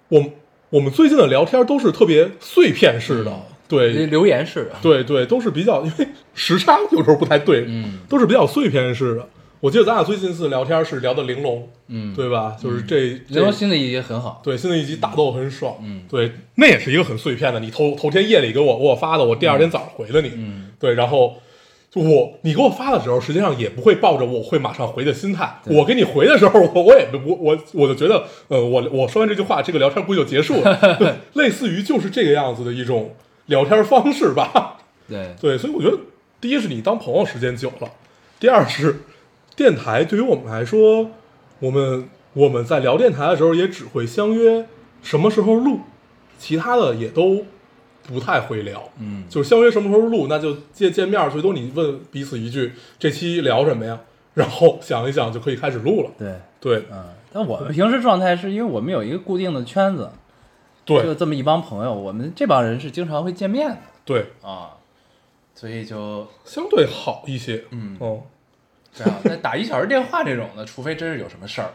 Speaker 2: 我们我们最近的聊天都是特别碎片式的，
Speaker 1: 嗯
Speaker 2: 对
Speaker 1: 留言是啊，
Speaker 2: 对对，都是比较因为时差有时候不太对，
Speaker 1: 嗯
Speaker 2: 都是比较碎片式的。我记得咱俩最近一次聊天是聊的玲珑，
Speaker 1: 嗯，
Speaker 2: 对吧？就是这
Speaker 1: 刘
Speaker 2: 这
Speaker 1: 荣新的一集很好，
Speaker 2: 对，新的一集打斗很爽，
Speaker 1: 啊嗯
Speaker 2: 对，那也是一个很碎片的，你头头天夜里给我给我发的，我第二天早上回了你，
Speaker 1: 嗯
Speaker 2: 对，然后就我你给我发的时候，实际上也不会抱着我会马上回的心态，
Speaker 1: 对
Speaker 2: 我给你回的时候，我我也我我我就觉得，呃，我我说完这句话，这个聊天估计就结束 了，对，类似于就是这个样子的一种聊天方式吧，
Speaker 1: 对
Speaker 2: 对，所以我觉得，第一是你当朋友时间久了，第二是电台对于我们来说，我们我们在聊电台的时候也只会相约什么时候录，其他的也都不太会聊。
Speaker 1: 嗯
Speaker 2: 就是相约什么时候录，那就见见面，最多你问彼此一句这期聊什么呀， 然后想一想就可以开始录了。
Speaker 1: 对，
Speaker 2: 对
Speaker 1: 嗯。但我们平时状态是因为我们有一个固定的圈子，就
Speaker 2: 对
Speaker 1: 这么一帮朋友，我们这帮人是经常会见面的
Speaker 2: 对，
Speaker 1: 啊，所以 就
Speaker 2: 相对好一些。
Speaker 1: 嗯
Speaker 2: 哦，
Speaker 1: 这样。那打一小时电话这种的，除非真是有什么事儿，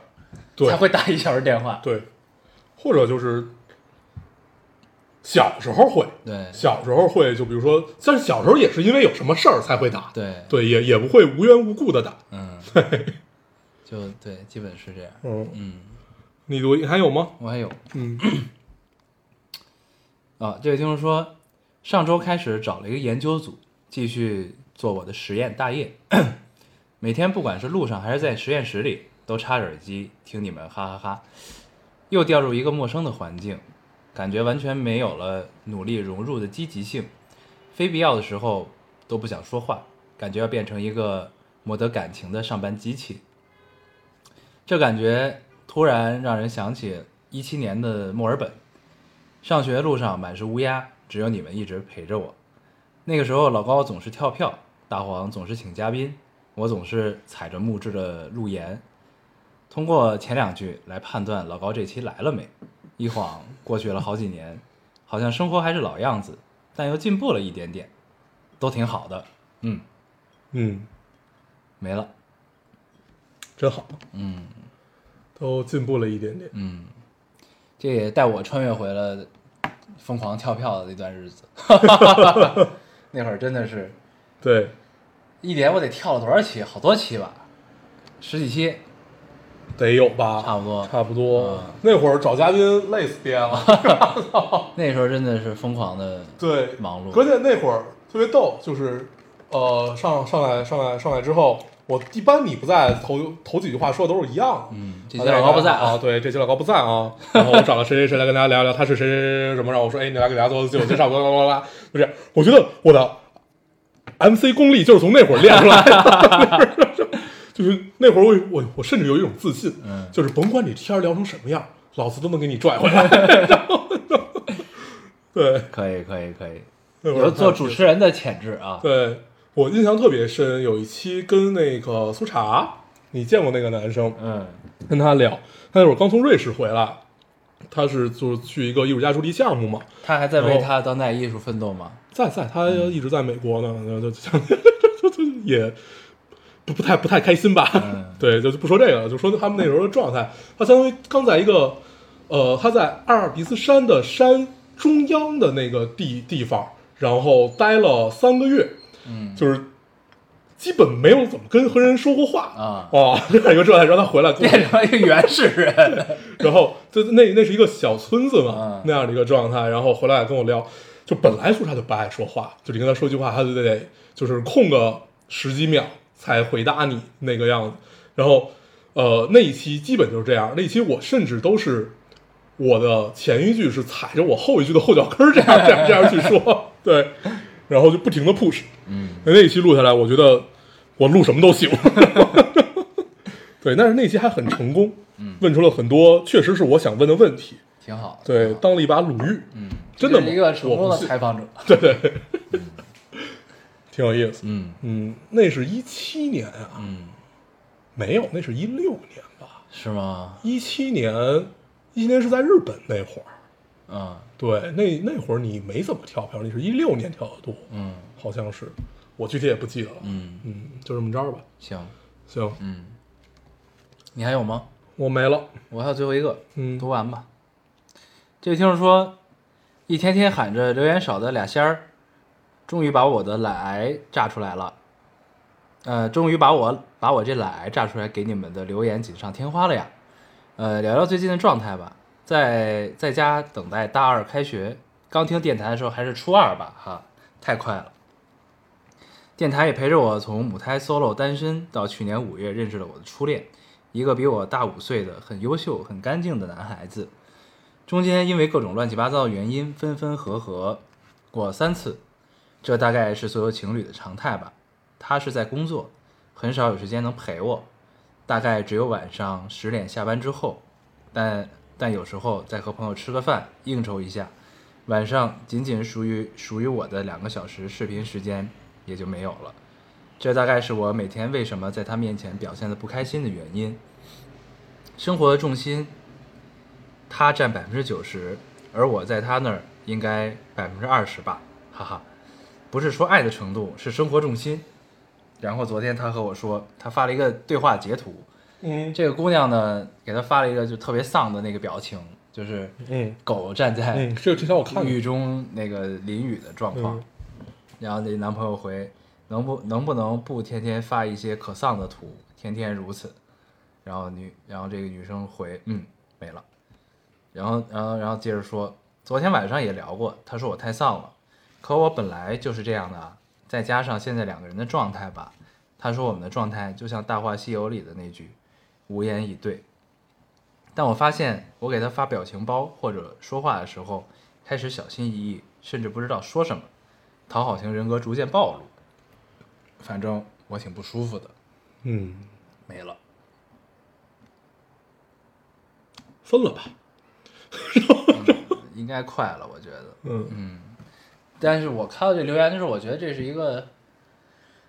Speaker 2: 对
Speaker 1: 才，会打一小时电话。
Speaker 2: 对，或者就是小时候会，
Speaker 1: 对
Speaker 2: 小时候会，就比如说，但是小时候也是因为有什么事儿才会打，
Speaker 1: 对，
Speaker 2: 对，也也不会无缘无故的打。
Speaker 1: 嗯， 就对，基本是这样。
Speaker 2: 嗯，
Speaker 1: 嗯，
Speaker 2: 你读你还有吗？
Speaker 1: 我还有
Speaker 2: 嗯，
Speaker 1: 啊，这位听众说，上周开始找了一个研究组，继续做我的实验大业， 每天不管是路上还是在实验室里，都插着耳机听你们哈哈哈，又掉入一个陌生的环境，感觉完全没有了努力融入的积极性，非必要的时候都不想说话，感觉要变成一个没得感情的上班机器。这感觉突然让人想起一七年的墨尔本，上学路上满是乌鸦，只有你们一直陪着我。那个时候，老高总是跳票，大黄总是请嘉宾，我总是踩着木质的路沿，通过前两句来判断老高这期来了没。一晃过去了好几年，好像生活还是老样子，但又进步了一点点，都挺好的。嗯，
Speaker 2: 嗯，
Speaker 1: 没了。
Speaker 2: 真好，
Speaker 1: 嗯
Speaker 2: 都进步了一点点。
Speaker 1: 嗯，这也带我穿越回了疯狂跳票的那段日子。 那会儿真的是
Speaker 2: 对，
Speaker 1: 一年我得跳了多少期？好多期吧，十几期。
Speaker 2: 得有吧，
Speaker 1: 差不多
Speaker 2: 差不多
Speaker 1: 嗯。
Speaker 2: 那会儿找嘉宾累死爹了，
Speaker 1: 那时候真的是疯狂的，
Speaker 2: 对，
Speaker 1: 忙碌
Speaker 2: 关键那会儿特别逗，就是呃，上上来上来上来之后，我一般你不在，头头几句话说的都是一样的。
Speaker 1: 嗯，这
Speaker 2: 啊
Speaker 1: 期老高不在
Speaker 2: 啊，
Speaker 1: 啊，
Speaker 2: 对，这期老高不在啊，然后我找了谁谁谁来跟大家聊一聊，他是谁谁谁谁什么，然后我说，哎，你来给大家做个自我介绍，巴拉巴拉巴拉，就这样。我觉得我的 MC 功力就是从那会儿练出来的， 就是那会儿我我我甚至有一种自信，
Speaker 1: 嗯
Speaker 2: 就是甭管你天儿聊成什么样，老子都能给你拽 回来。然后对，
Speaker 1: 可以可以可以，
Speaker 2: 那会儿
Speaker 1: 有做主持人的潜质啊，
Speaker 2: 对我印象特别深，有一期跟那个苏茶，你见过那个男生，
Speaker 1: 嗯
Speaker 2: 跟他聊，他那会儿刚从瑞士回来，他是就是去一个艺术家助力项目嘛，
Speaker 1: 他还在为
Speaker 2: 然后
Speaker 1: 他当代艺术奋斗吗？
Speaker 2: 在在他
Speaker 1: 嗯
Speaker 2: 一直在美国呢， 然后就就就就也不不太不太开心吧，
Speaker 1: 嗯
Speaker 2: 对，就就不说这个了，就说他们那时候的状态，他相当于刚在一个呃他在阿尔卑斯山的山中央的那个地地方，然后待了三个月，
Speaker 1: 嗯
Speaker 2: 就是。基本没有怎么跟和人说过话
Speaker 1: 啊
Speaker 2: 哦，这样一个状态，让他回来跟 我
Speaker 1: 变成了一个原始人，
Speaker 2: 然后就那那是一个小村子嘛
Speaker 1: 嗯，
Speaker 2: 那样的一个状态，然后回来跟我聊，就本来苏莎就不爱说话，就你跟他说句话，他就得就是空个十几秒才回答你那个样子。然后呃，那一期基本就是这样，那一期我甚至都是我的前一句是踩着我后一句的后脚跟儿这样这样这样去说，对，然后就不停的 push。
Speaker 1: 嗯，
Speaker 2: 那一期录下来，我觉得我录什么都行。 对，但是那期还很成功，
Speaker 1: 嗯
Speaker 2: 问出了很多确实是我想问的问题。
Speaker 1: 挺好的。
Speaker 2: 对，
Speaker 1: 挺好的
Speaker 2: 当了一把鲁豫，
Speaker 1: 啊嗯，
Speaker 2: 真的
Speaker 1: 这
Speaker 2: 吗
Speaker 1: 是一个成功
Speaker 2: 我
Speaker 1: 的
Speaker 2: 不信
Speaker 1: 采访者。
Speaker 2: 挺有意思。
Speaker 1: 嗯
Speaker 2: 嗯，那是一七年啊，
Speaker 1: 嗯，
Speaker 2: 没有，那是一六年吧？
Speaker 1: 是吗？
Speaker 2: 一七年，一七年是在日本那会儿。
Speaker 1: 嗯
Speaker 2: 对，那那会儿你没怎么跳票，你是一六年跳的多，
Speaker 1: 嗯
Speaker 2: 好像是，我具体也不记得了。
Speaker 1: 嗯，
Speaker 2: 嗯，就这么着吧。
Speaker 1: 行，
Speaker 2: 行，
Speaker 1: 嗯，你还有吗？
Speaker 2: 我没了。
Speaker 1: 我还有最后一个，
Speaker 2: 嗯
Speaker 1: 读完吧。这位听众说，一天天喊着留言少的俩仙儿，终于把我的懒癌炸出来了。呃，终于把我把我这懒癌炸出来，给你们的留言锦上添花了呀。呃，聊聊最近的状态吧，在在家等待大二开学。刚听电台的时候还是初二吧，哈，太快了。电台也陪着我从母胎 solo 单身到去年五月认识了我的初恋，一个比我大五岁的很优秀、很干净的男孩子。中间因为各种乱七八糟的原因，分分合合过三次，这大概是所有情侣的常态吧。他是在工作，很少有时间能陪我，大概只有晚上十点下班之后，但但有时候再和朋友吃个饭，应酬一下。晚上仅仅属于属于我的两个小时视频时间也就没有了。这大概是我每天为什么在他面前表现的不开心的原因。生活的重心，他占百分之九十，而我在他那儿应该百分之二十吧，哈哈。不是说爱的程度，是生活重心。然后昨天他和我说，他发了一个对话截图，
Speaker 2: 嗯
Speaker 1: 这个姑娘呢给他发了一个就特别丧的那个表情，就是
Speaker 2: 嗯
Speaker 1: 狗站在
Speaker 2: 嗯，这这条我看
Speaker 1: 雨
Speaker 2: 过，
Speaker 1: 中那个淋雨的状况
Speaker 2: 嗯，
Speaker 1: 然后那男朋友回，能不能不能不天天发一些可丧的图，天天如此，然后女，然后这个女生回，嗯，没了，然后然后然后接着说，昨天晚上也聊过，她说我太丧了，可我本来就是这样的啊，再加上现在两个人的状态吧，她说我们的状态就像《大话西游》里的那句，无言以对。但我发现，我给他发表情包或者说话的时候，开始小心翼翼，甚至不知道说什么，讨好型人格逐渐暴露。反正我挺不舒服的，
Speaker 2: 嗯，
Speaker 1: 没了。
Speaker 2: 分了吧，
Speaker 1: 应该快了，我觉得。
Speaker 2: 嗯
Speaker 1: 但是我看到这留言的时候，我觉得这是一个，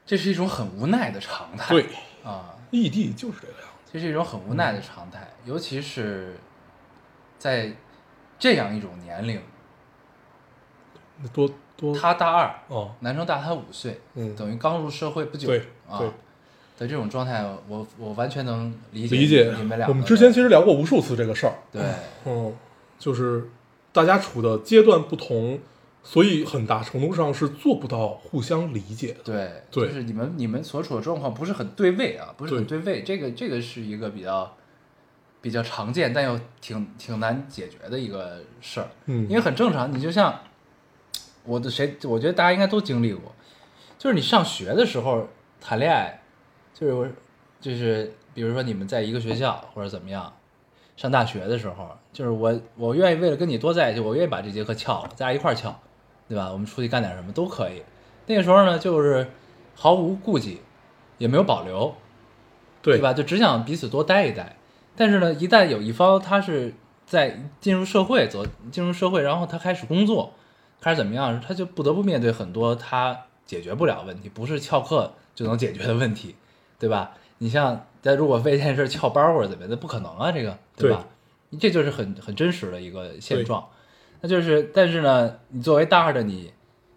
Speaker 1: 这是一种很无奈的常态。
Speaker 2: 对，
Speaker 1: 啊，
Speaker 2: 异地就是这个样
Speaker 1: 这是一种很无奈的常态，尤其是在这样一种年龄，
Speaker 2: 子，多多
Speaker 1: 他大二，
Speaker 2: 哦，
Speaker 1: 男生大他五岁，
Speaker 2: 嗯
Speaker 1: 等于刚入社会不久，
Speaker 2: 对
Speaker 1: 啊
Speaker 2: 对
Speaker 1: 的这种状态，我我完全能理解
Speaker 2: 理解
Speaker 1: 你们俩。
Speaker 2: 我们之前其实聊过无数次这个事儿，
Speaker 1: 对
Speaker 2: 嗯，就是大家处的阶段不同，所以很大程度上是做不到互相理解的。
Speaker 1: 对
Speaker 2: 对
Speaker 1: 就是你们你们所处的状况不是很对位啊，不是很对位，这个这个是一个比较比较常见但又挺挺难解决的一个事儿，
Speaker 2: 嗯
Speaker 1: 因为很正常，你就像我的谁，我觉得大家应该都经历过，就是你上学的时候谈恋爱，就是我就是比如说你们在一个学校或者怎么样。上大学的时候，就是我，我愿意为了跟你多在一起，我愿意把这节课翘了，咱俩一块儿翘，对吧？我们出去干点什么都可以。那个时候呢，就是毫无顾忌，也没有保留，
Speaker 2: 对
Speaker 1: 吧？就只想彼此多待一待。但是呢，一旦有一方他是在进入社会走进入社会，然后他开始工作，开始怎么样，他就不得不面对很多他解决不了的问题，不是翘课就能解决的问题，对吧？你像咱如果为这件事翘班或者怎么样，那不可能啊，这个对吧？这就是很很真实的一个现
Speaker 2: 对
Speaker 1: 状。那就是，但是呢，你作为大二的你，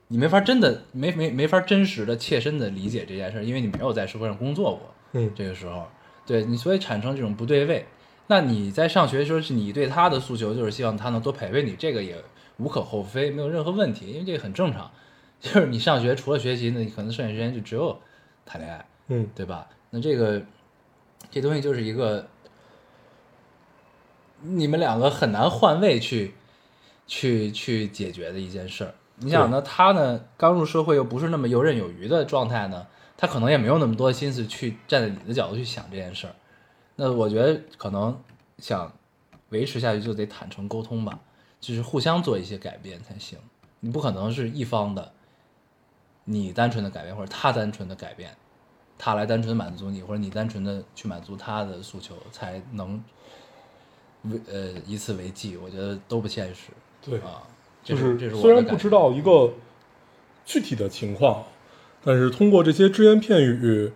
Speaker 1: 你没法真的没没没法真实的切身的理解这件事儿，因为你没有在社会上工作过。
Speaker 2: 嗯，
Speaker 1: 这个时候，对你所以产生这种不对位。那你在上学的时候，是你对他的诉求就是希望他能多陪陪你，这个也无可厚非，没有任何问题，因为这个很正常。 就是你上学除了学习，那你可能剩下时间就只有谈恋爱，
Speaker 2: 嗯，
Speaker 1: 对吧？那这个这东西就是一个你们两个很难换位去去去解决的一件事儿。你想呢？他呢刚入社会又不是那么游刃有余的状态呢，他可能也没有那么多心思去站在你的角度去想这件事儿。那我觉得可能想维持下去就得坦诚沟通吧，就是互相做一些改变才行。你不可能是一方的，你单纯的改变或者他单纯的改变，他来单纯地满足你，或者你单纯的去满足他的诉求，才能为呃以此为继。我觉得都不现实
Speaker 2: 对，
Speaker 1: 啊。这
Speaker 2: 就是
Speaker 1: 这是我
Speaker 2: 虽
Speaker 1: 的
Speaker 2: 然
Speaker 1: 感
Speaker 2: 不知
Speaker 1: 觉
Speaker 2: 道一个具体的情况，但是通过这些只言片语，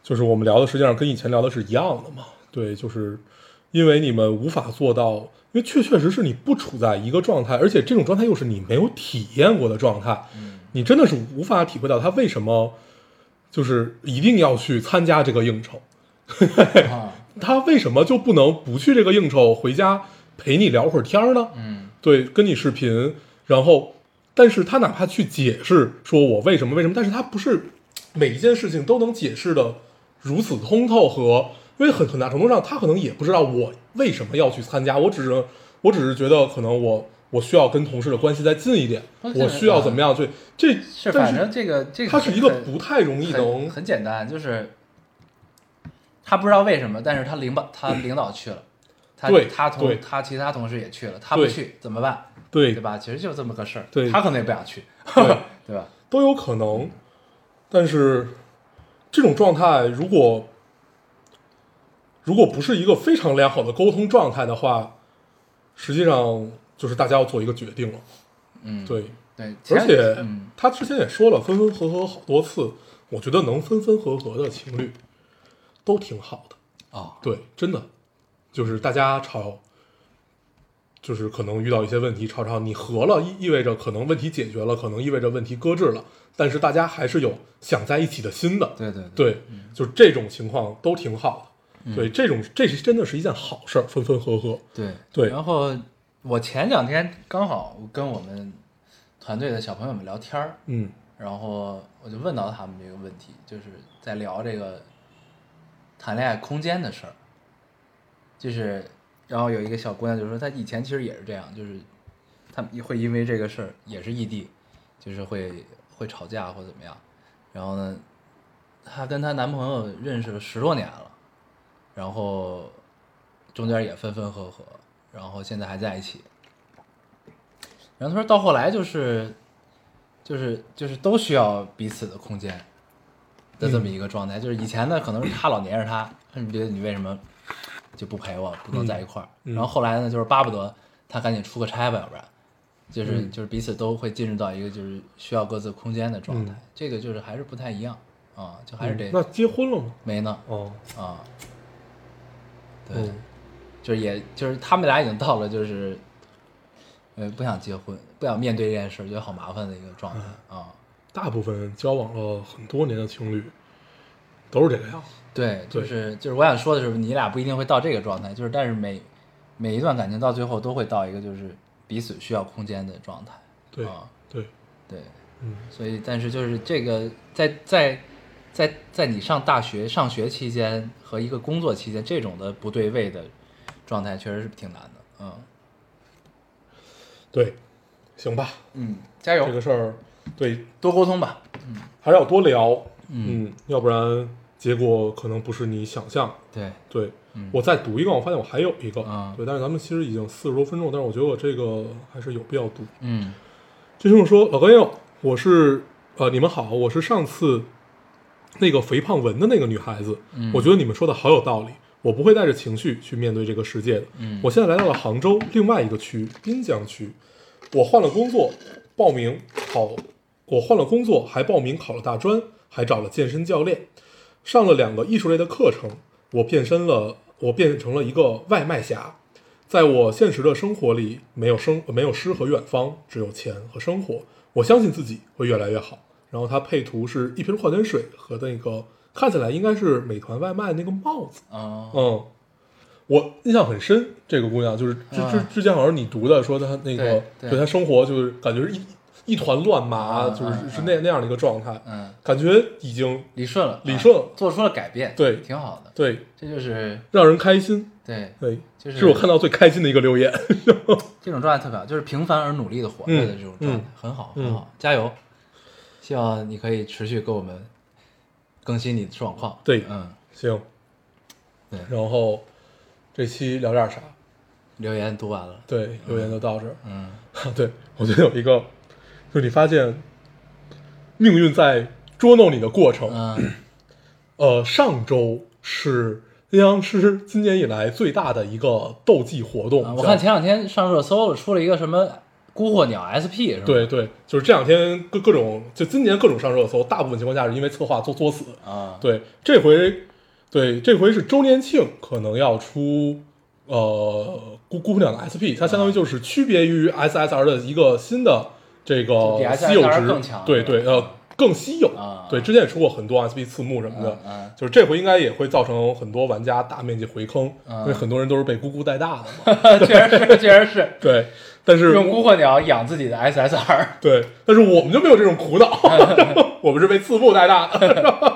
Speaker 2: 就是我们聊的实际上跟以前聊的是一样的嘛。对，就是因为你们无法做到，因为确确实实你不处在一个状态，而且这种状态又是你没有体验过的状态，你真的是无法体会到他为什么就是一定要去参加这个应酬。
Speaker 1: 啊，
Speaker 2: 他为什么就不能不去这个应酬，回家陪你聊会儿天儿呢？
Speaker 1: 嗯，
Speaker 2: 对，跟你视频，然后，但是他哪怕去解释说我为什么为什么，但是他不是每一件事情都能解释的如此通透和，因为很很大程度上他可能也不知道我为什么要去参加，我只是我只是觉得可能我我需要跟同事的关系再近一点，
Speaker 1: 不是
Speaker 2: 我需要怎么样去这，
Speaker 1: 哦是
Speaker 2: 但
Speaker 1: 反
Speaker 2: 是
Speaker 1: 正这个这个
Speaker 2: 它是一个
Speaker 1: 很
Speaker 2: 不太容易能
Speaker 1: 很很简单，就是他不知道为什么，但是他领导他领导去了，他
Speaker 2: 对
Speaker 1: 他同
Speaker 2: 对
Speaker 1: 他其他同事也去了，他不
Speaker 2: 对
Speaker 1: 去怎么办？
Speaker 2: 对
Speaker 1: 对吧？其实就这么个事儿，
Speaker 2: 对
Speaker 1: 他可能也不想去，
Speaker 2: 对
Speaker 1: 对吧？
Speaker 2: 都有可
Speaker 1: 嗯
Speaker 2: 能，但是这种状态如果如果不是一个非常良好的沟通状态的话，实际上就是大家要做一个决定了。
Speaker 1: 嗯，
Speaker 2: 对，
Speaker 1: 对，其实
Speaker 2: 而且
Speaker 1: 嗯，
Speaker 2: 他之前也说了，分分合合好多次，我觉得能分分合合的情侣都挺好的。
Speaker 1: 哦，
Speaker 2: 对，真的就是大家吵，就是可能遇到一些问题，吵吵你和了，意意味着可能问题解决了，可能意味着问题搁置了，但是大家还是有想在一起的心的。
Speaker 1: 对对对，
Speaker 2: 对，就是这种情况都
Speaker 1: 嗯
Speaker 2: 挺好的。对，这种这是真的是一件好事儿，分分合合。
Speaker 1: 对
Speaker 2: 对
Speaker 1: 然后我前两天刚好跟我们团队的小朋友们聊天儿，
Speaker 2: 嗯
Speaker 1: 然后我就问到他们这个问题，就是在聊这个谈恋爱空间的事儿，就是，然后有一个小姑娘就说，她以前其实也是这样，就是他们会因为这个事儿也是异地，就是会会吵架或怎么样，然后呢，她跟她男朋友认识了十多年了，然后中间也分分合合，然后现在还在一起，然后她说到后来就是就是就是都需要彼此的空间的这么一个状
Speaker 2: 嗯
Speaker 1: 态。就是以前呢，可能是他老黏着他，你觉得你为什么就不陪我，不跟我在一块儿？
Speaker 2: 嗯
Speaker 1: 然后后来呢，就是巴不得他赶紧出个差吧，要不然就是、
Speaker 2: 嗯
Speaker 1: 就是彼此都会进入到一个就是需要各自空间的状态。
Speaker 2: 嗯
Speaker 1: 这个就是还是不太一样啊，就还是得
Speaker 2: 那结婚了吗？
Speaker 1: 没呢
Speaker 2: 哦，
Speaker 1: 啊，对，
Speaker 2: 嗯
Speaker 1: 就是也就是他们俩已经到了就是。呃，不想结婚，不想面对这件事，觉得好麻烦的一个状态
Speaker 2: 嗯
Speaker 1: 啊。
Speaker 2: 大部分交往了很多年的情侣都是这个样子。
Speaker 1: 对，就
Speaker 2: 对
Speaker 1: 是就是我想说的是，你俩不一定会到这个状态，就是但是每每一段感情到最后都会到一个就是彼此需要空间的状态。
Speaker 2: 对
Speaker 1: 啊，
Speaker 2: 对，
Speaker 1: 对，
Speaker 2: 嗯
Speaker 1: 所以但是就是这个在在在在你上大学上学期间和一个工作期间这种的不对位的状态，确实是挺难的。嗯
Speaker 2: 对，行吧，
Speaker 1: 嗯，加油，
Speaker 2: 这个事儿对
Speaker 1: 多沟通吧。
Speaker 2: 还是要多聊，嗯，要不然结果可能不是你想象。
Speaker 1: 对，
Speaker 2: 对，我再读一个，我发现我还有一个，
Speaker 1: 啊
Speaker 2: 对，但是咱们其实已经四十多分钟了，但是我觉得我这个还是有必要读。
Speaker 1: 嗯
Speaker 2: 这听众说：“老高友，我是呃，你们好，我是上次那个肥胖纹的那个女孩子。
Speaker 1: 嗯
Speaker 2: 我觉得你们说的好有道理，我不会带着情绪去面对这个世界的。
Speaker 1: 嗯
Speaker 2: 我现在来到了杭州另外一个区滨江区，我换了工作，报名考，我换了工作，还报名考了大专，还找了健身教练，上了两个艺术类的课程。我变身了，我变成了一个外卖侠。”在我现实的生活里，没有生没有诗和远方，只有钱和生活。我相信自己会越来越好。然后它配图是一瓶矿泉水和那个看起来应该是美团外卖那个帽子。
Speaker 1: 啊
Speaker 2: 嗯，我印象很深，这个姑娘就是之之
Speaker 1: 啊
Speaker 2: 之前好像是你读的，说她那个
Speaker 1: 对对
Speaker 2: 她生活就是感觉是一一团乱麻，
Speaker 1: 啊
Speaker 2: 就是
Speaker 1: 啊
Speaker 2: 是那那样的一个状态，
Speaker 1: 嗯，
Speaker 2: 感觉已经
Speaker 1: 理顺了，
Speaker 2: 理顺
Speaker 1: 啊
Speaker 2: 了，
Speaker 1: 做出了改变，
Speaker 2: 对
Speaker 1: 挺好的。
Speaker 2: 对
Speaker 1: 这就是
Speaker 2: 让人开心。
Speaker 1: 对。
Speaker 2: 对，
Speaker 1: 就是
Speaker 2: 是我看到最开心的一个留言。
Speaker 1: 这种状态特别好，就是平凡而努力的活着的这种状态，
Speaker 2: 嗯嗯
Speaker 1: 很好，
Speaker 2: 嗯
Speaker 1: 很好，加油！希望你可以持续给我们更新你的状况。
Speaker 2: 对
Speaker 1: 嗯，
Speaker 2: 行，
Speaker 1: 对
Speaker 2: 然后这期聊点啥？
Speaker 1: 留言读完了，
Speaker 2: 对，留言就到这儿。
Speaker 1: 嗯，
Speaker 2: 对，我觉得有一个，就是你发现命运在捉弄你的过程。
Speaker 1: 嗯，
Speaker 2: 呃，上周是阴阳师今年以来最大的一个斗技活动，
Speaker 1: 啊
Speaker 2: 叫
Speaker 1: 我看前两天上热搜出了一个什么孤惑鸟 SP 是吧？
Speaker 2: 对对，就是这两天各各种，就今年各种上热搜，大部分情况下是因为策划作作死。
Speaker 1: 啊，
Speaker 2: 对，这回，对，这回是周年庆，可能要出呃姑姑娘的 SP，它
Speaker 1: 啊
Speaker 2: 相当于就是区别于 SSR 的一个新的这
Speaker 1: 比
Speaker 2: 个
Speaker 1: SSR
Speaker 2: 稀有值，
Speaker 1: 更强
Speaker 2: 对对，
Speaker 1: 对吧
Speaker 2: 呃，更稀有。
Speaker 1: 啊
Speaker 2: 对，之前也出过很多 SP 字幕什么的，
Speaker 1: 嗯嗯
Speaker 2: 就是这回应该也会造成很多玩家大面积回坑，
Speaker 1: 嗯
Speaker 2: 因为很多人都是被姑姑带大的嘛。
Speaker 1: 啊确实是，确实是
Speaker 2: 对，但 是
Speaker 1: 用孤惑鸟养自己的 SSR。
Speaker 2: 对，但是我们就没有这种苦恼，我们是被刺目带大的。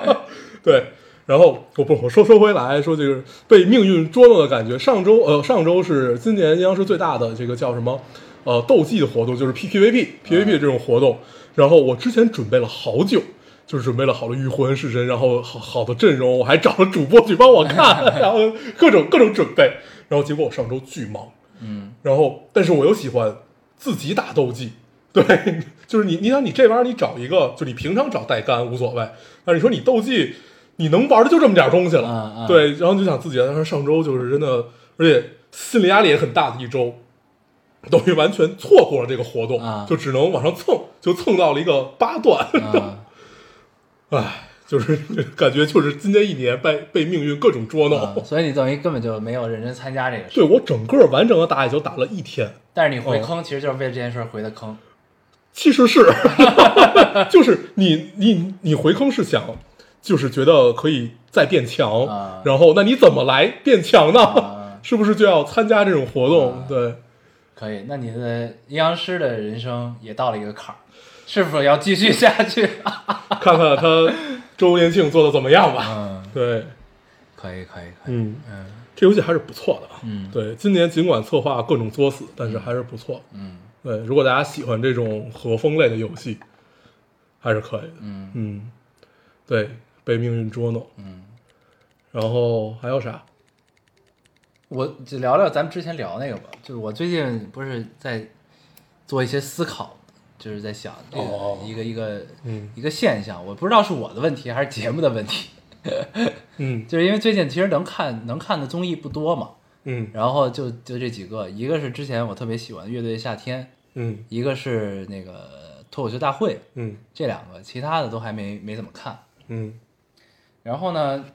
Speaker 2: 对，然后我不我说说回来说这个被命运捉弄的感觉。上周呃上周是今年央视最大的这个叫什么呃斗技的活动，就是 P P V P P V P 这种活动。然后我之前准备了好久。就是准备了好的御魂式神，然后好好的阵容，我还找了主播去帮我看，然后各种各种准备，然后结果我上周巨忙，
Speaker 1: 嗯，
Speaker 2: 然后，但是我又喜欢自己打斗技，对， 就是你，你想你这玩意儿，你找一个，就你平常找代干无所谓，但是你说你斗技，你能玩的就这么点东西了，
Speaker 1: 嗯嗯
Speaker 2: 对，然后你就想自己，但是上周就是真的，而且心理压力也很大的一周，等于完全错过了这个活动，
Speaker 1: 啊
Speaker 2: 就只能往上蹭，就蹭到了一个八段，
Speaker 1: 嗯，
Speaker 2: 唉，就是 感觉就是今年一年被被命运各种捉弄，
Speaker 1: 嗯所以你等于根本就没有认真参加这个事，
Speaker 2: 对我整个完整的打野就打了一天，
Speaker 1: 但是你回坑其实就是为了这件事儿回的坑。
Speaker 2: 其实是， 就是你你你回坑是想，就是觉得可以再变强，
Speaker 1: 啊
Speaker 2: 然后那你怎么来变强呢？
Speaker 1: 啊
Speaker 2: 是不是就要参加这种活动？
Speaker 1: 啊
Speaker 2: 对，
Speaker 1: 可以，那你的阴阳师的人生也到了一个坎儿，是否要继续下去？
Speaker 2: 看看他周年庆做的怎么样吧。
Speaker 1: 嗯，
Speaker 2: 对，
Speaker 1: 可以，可以，可以。
Speaker 2: 嗯，
Speaker 1: 嗯
Speaker 2: 这游戏还是不错的啊。
Speaker 1: 嗯
Speaker 2: 对，今年尽管策划各种作死，但是还是不错。
Speaker 1: 嗯
Speaker 2: 对，如果大家喜欢这种和风类的游戏，还是可以的。
Speaker 1: 嗯
Speaker 2: 嗯，对，被命运捉弄，
Speaker 1: 嗯，
Speaker 2: 然后还有啥？
Speaker 1: 我就聊聊咱们之前聊那个吧，就是我最近不是在做一些思考，就是在想这个
Speaker 2: 哦
Speaker 1: 一个一个
Speaker 2: 嗯
Speaker 1: 一个现象，我不知道是我的问题还是节目的问题，
Speaker 2: 嗯
Speaker 1: 就是因为最近其实能看能看的综艺不多嘛，
Speaker 2: 嗯
Speaker 1: 然后就就这几个，一个是之前我特别喜欢的《乐队夏天》，
Speaker 2: 嗯
Speaker 1: 一个是那个脱口秀大会，
Speaker 2: 嗯
Speaker 1: 这两个，其他的都还没没怎么看。
Speaker 2: 嗯
Speaker 1: 然后呢，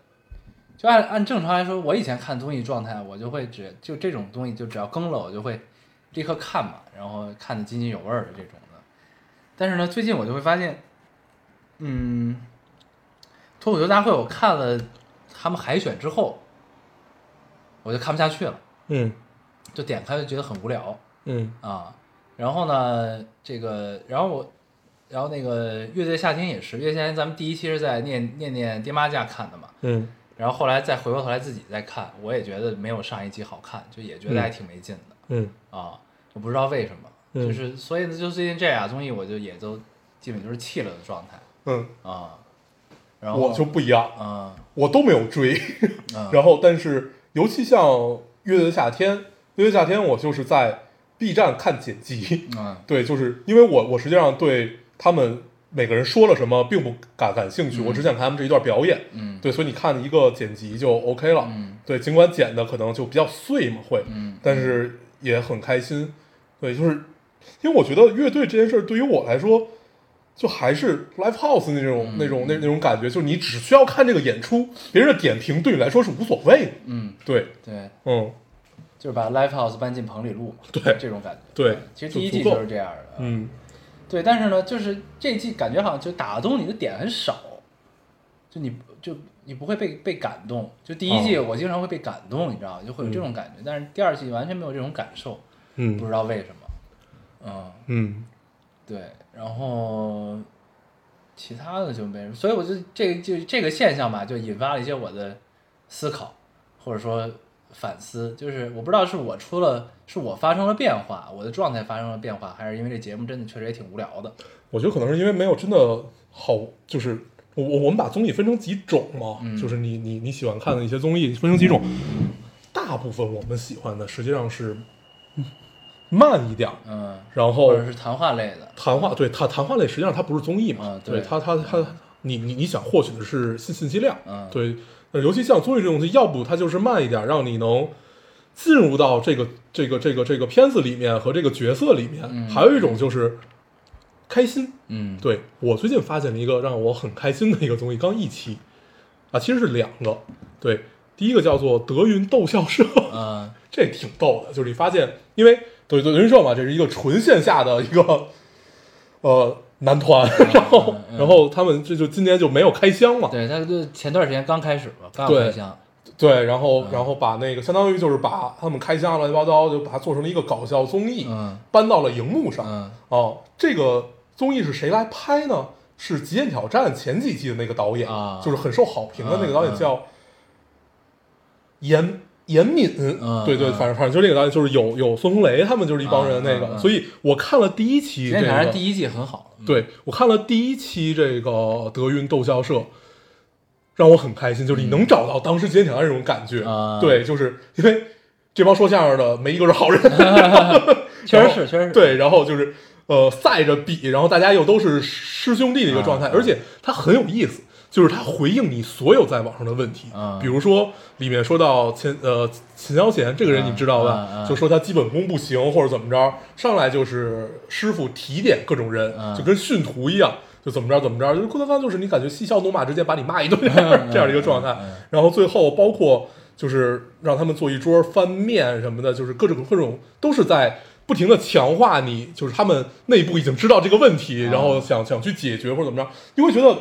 Speaker 1: 就按按正常来说，我以前看综艺状态，我就会只就这种东西，就只要更了，我就会立刻看嘛，然后看得津津有味儿的这种的。但是呢，最近我就会发现，嗯，脱口秀大会我看了他们海选之后，我就看不下去了，
Speaker 2: 嗯
Speaker 1: 就点开就觉得很无聊。
Speaker 2: 嗯
Speaker 1: 啊，然后呢，这个，然后我，然后那个乐队夏天也是，乐队夏天咱们第一期是在念念念爹妈家看的嘛，
Speaker 2: 嗯
Speaker 1: 然后后来再回过头来自己再看，我也觉得没有上一集好看，就也觉得还挺没劲的、
Speaker 2: 嗯
Speaker 1: 啊，我不知道为什么，
Speaker 2: 嗯
Speaker 1: 就是所以呢，就最近这俩综艺我就也都基本就是弃了的状态
Speaker 2: 嗯，
Speaker 1: 啊，然后
Speaker 2: 我就不一样，
Speaker 1: 嗯
Speaker 2: 我都没有追，
Speaker 1: 嗯
Speaker 2: 然后但是尤其像《乐队的夏天》，《乐队的夏天》我就是在 B 站看剪辑，
Speaker 1: 嗯
Speaker 2: 对，就是因为我我实际上对他们每个人说了什么并不感感兴趣，我只想看他们这一段表演，
Speaker 1: 嗯
Speaker 2: 对，所以你看一个剪辑就 OK 了，
Speaker 1: 嗯
Speaker 2: 对，尽管剪的可能就比较碎嘛，会，
Speaker 1: 嗯
Speaker 2: 但是也很开心。对，就是因为我觉得乐队这件事儿对于我来说，就还是 live house 那种、
Speaker 1: 嗯
Speaker 2: 那种那那种感觉，就是你只需要看这个演出，别人的点评对你来说是无所谓的。
Speaker 1: 嗯，
Speaker 2: 对，
Speaker 1: 对，
Speaker 2: 嗯
Speaker 1: 就是把 live house 搬进棚里录嘛，
Speaker 2: 对
Speaker 1: 这种感觉，
Speaker 2: 对
Speaker 1: 其实
Speaker 2: 就
Speaker 1: 第一
Speaker 2: 足
Speaker 1: 季
Speaker 2: 够
Speaker 1: 就是这样的，嗯
Speaker 2: 嗯
Speaker 1: 对，但是呢，就是这一季感觉好像就打动你的点很少，就你就你不会被被感动。就第一季我经常会被感动，你知道吗？就会有这种感觉，但是第二季完全没有这种感受，不
Speaker 2: 嗯
Speaker 1: 知道为什么。嗯，
Speaker 2: 嗯
Speaker 1: 对，然后其他的就没什么，所以我就这个就这个现象吧，就引发了一些我的思考，或者说反思，就是我不知道是我出了，是我发生了变化，我的状态发生了变化，还是因为这节目真的确实也挺无聊的。
Speaker 2: 我觉得可能是因为没有真的好，就是我我我们把综艺分成几种嘛，
Speaker 1: 嗯
Speaker 2: 就是你你你喜欢看的一些综艺分成几种，大部分我们喜欢的实际上是嗯慢一点儿，
Speaker 1: 嗯，
Speaker 2: 然后
Speaker 1: 或者是谈话类的。
Speaker 2: 谈话，对它谈话类实际上它不是综艺嘛，
Speaker 1: 啊对
Speaker 2: 对它它它，你你你想获取的是信信息量，
Speaker 1: 嗯
Speaker 2: 对，呃尤其像综艺这种东西，要不它就是慢一点，让你能进入到这个这个这个这个片子里面和这个角色里面，
Speaker 1: 嗯
Speaker 2: 还有一种就是开心。
Speaker 1: 嗯，
Speaker 2: 对我最近发现了一个让我很开心的一个综艺，刚一期啊，其实是两个，对，第一个叫做德云逗笑社，
Speaker 1: 嗯
Speaker 2: 这挺逗的，就是你发现，因为德德云社嘛，这是一个纯线下的一个呃男团， 然后、
Speaker 1: 嗯嗯
Speaker 2: 然后他们这就今年就没有开箱嘛，
Speaker 1: 对，他就前段时间刚开始吧，刚
Speaker 2: 对
Speaker 1: 开箱，
Speaker 2: 对，然后、
Speaker 1: 嗯
Speaker 2: 然后把那个相当于就是把他们开箱乱七八糟，就把它做成了一个搞笑综艺，
Speaker 1: 嗯
Speaker 2: 搬到了荧幕上。
Speaker 1: 嗯
Speaker 2: 哦，这个综艺是谁来拍呢？是《极限挑战》前几季的那个导演，
Speaker 1: 啊
Speaker 2: 就是很受好评的那个导演
Speaker 1: 嗯嗯
Speaker 2: 叫严严敏，
Speaker 1: 嗯
Speaker 2: 对对，
Speaker 1: 嗯
Speaker 2: 反正反正就这个导演，就是有有孙红雷他们就是一帮人那个，
Speaker 1: 嗯嗯嗯
Speaker 2: 所以我看了第一期
Speaker 1: 今
Speaker 2: 这
Speaker 1: 天反正
Speaker 2: 个，
Speaker 1: 第一季很好，嗯
Speaker 2: 对我看了第一期这个德云逗笑社。让我很开心，就是你能找到当时《极限挑战》这种感觉，
Speaker 1: 嗯啊
Speaker 2: 对，就是因为这帮说相声的没一个 是好人，
Speaker 1: 嗯确
Speaker 2: 然
Speaker 1: 实
Speaker 2: 后
Speaker 1: 是，确实是，
Speaker 2: 哦对，然后就是呃赛着比，然后大家又都是师兄弟的一个状态，
Speaker 1: 啊
Speaker 2: 而且它很有意思，就是它回应你所有在网上的问题，
Speaker 1: 啊
Speaker 2: 比如说里面说到秦呃秦霄贤这个人
Speaker 1: 啊
Speaker 2: 你知道吧，
Speaker 1: 啊啊
Speaker 2: 就说他基本功不行或者怎么着，上来就是师傅提点各种人，
Speaker 1: 啊
Speaker 2: 就跟训徒一样。就怎么着怎么着，就是郭德纲就是你感觉嬉笑怒骂，直接把你骂一顿这样 这样的一个状态。然后最后包括就是让他们做一桌翻面什么的，就是各种各种都是在不停的强化你，就是他们内部已经知道这个问题，然后想想去解决或者怎么着，你会觉得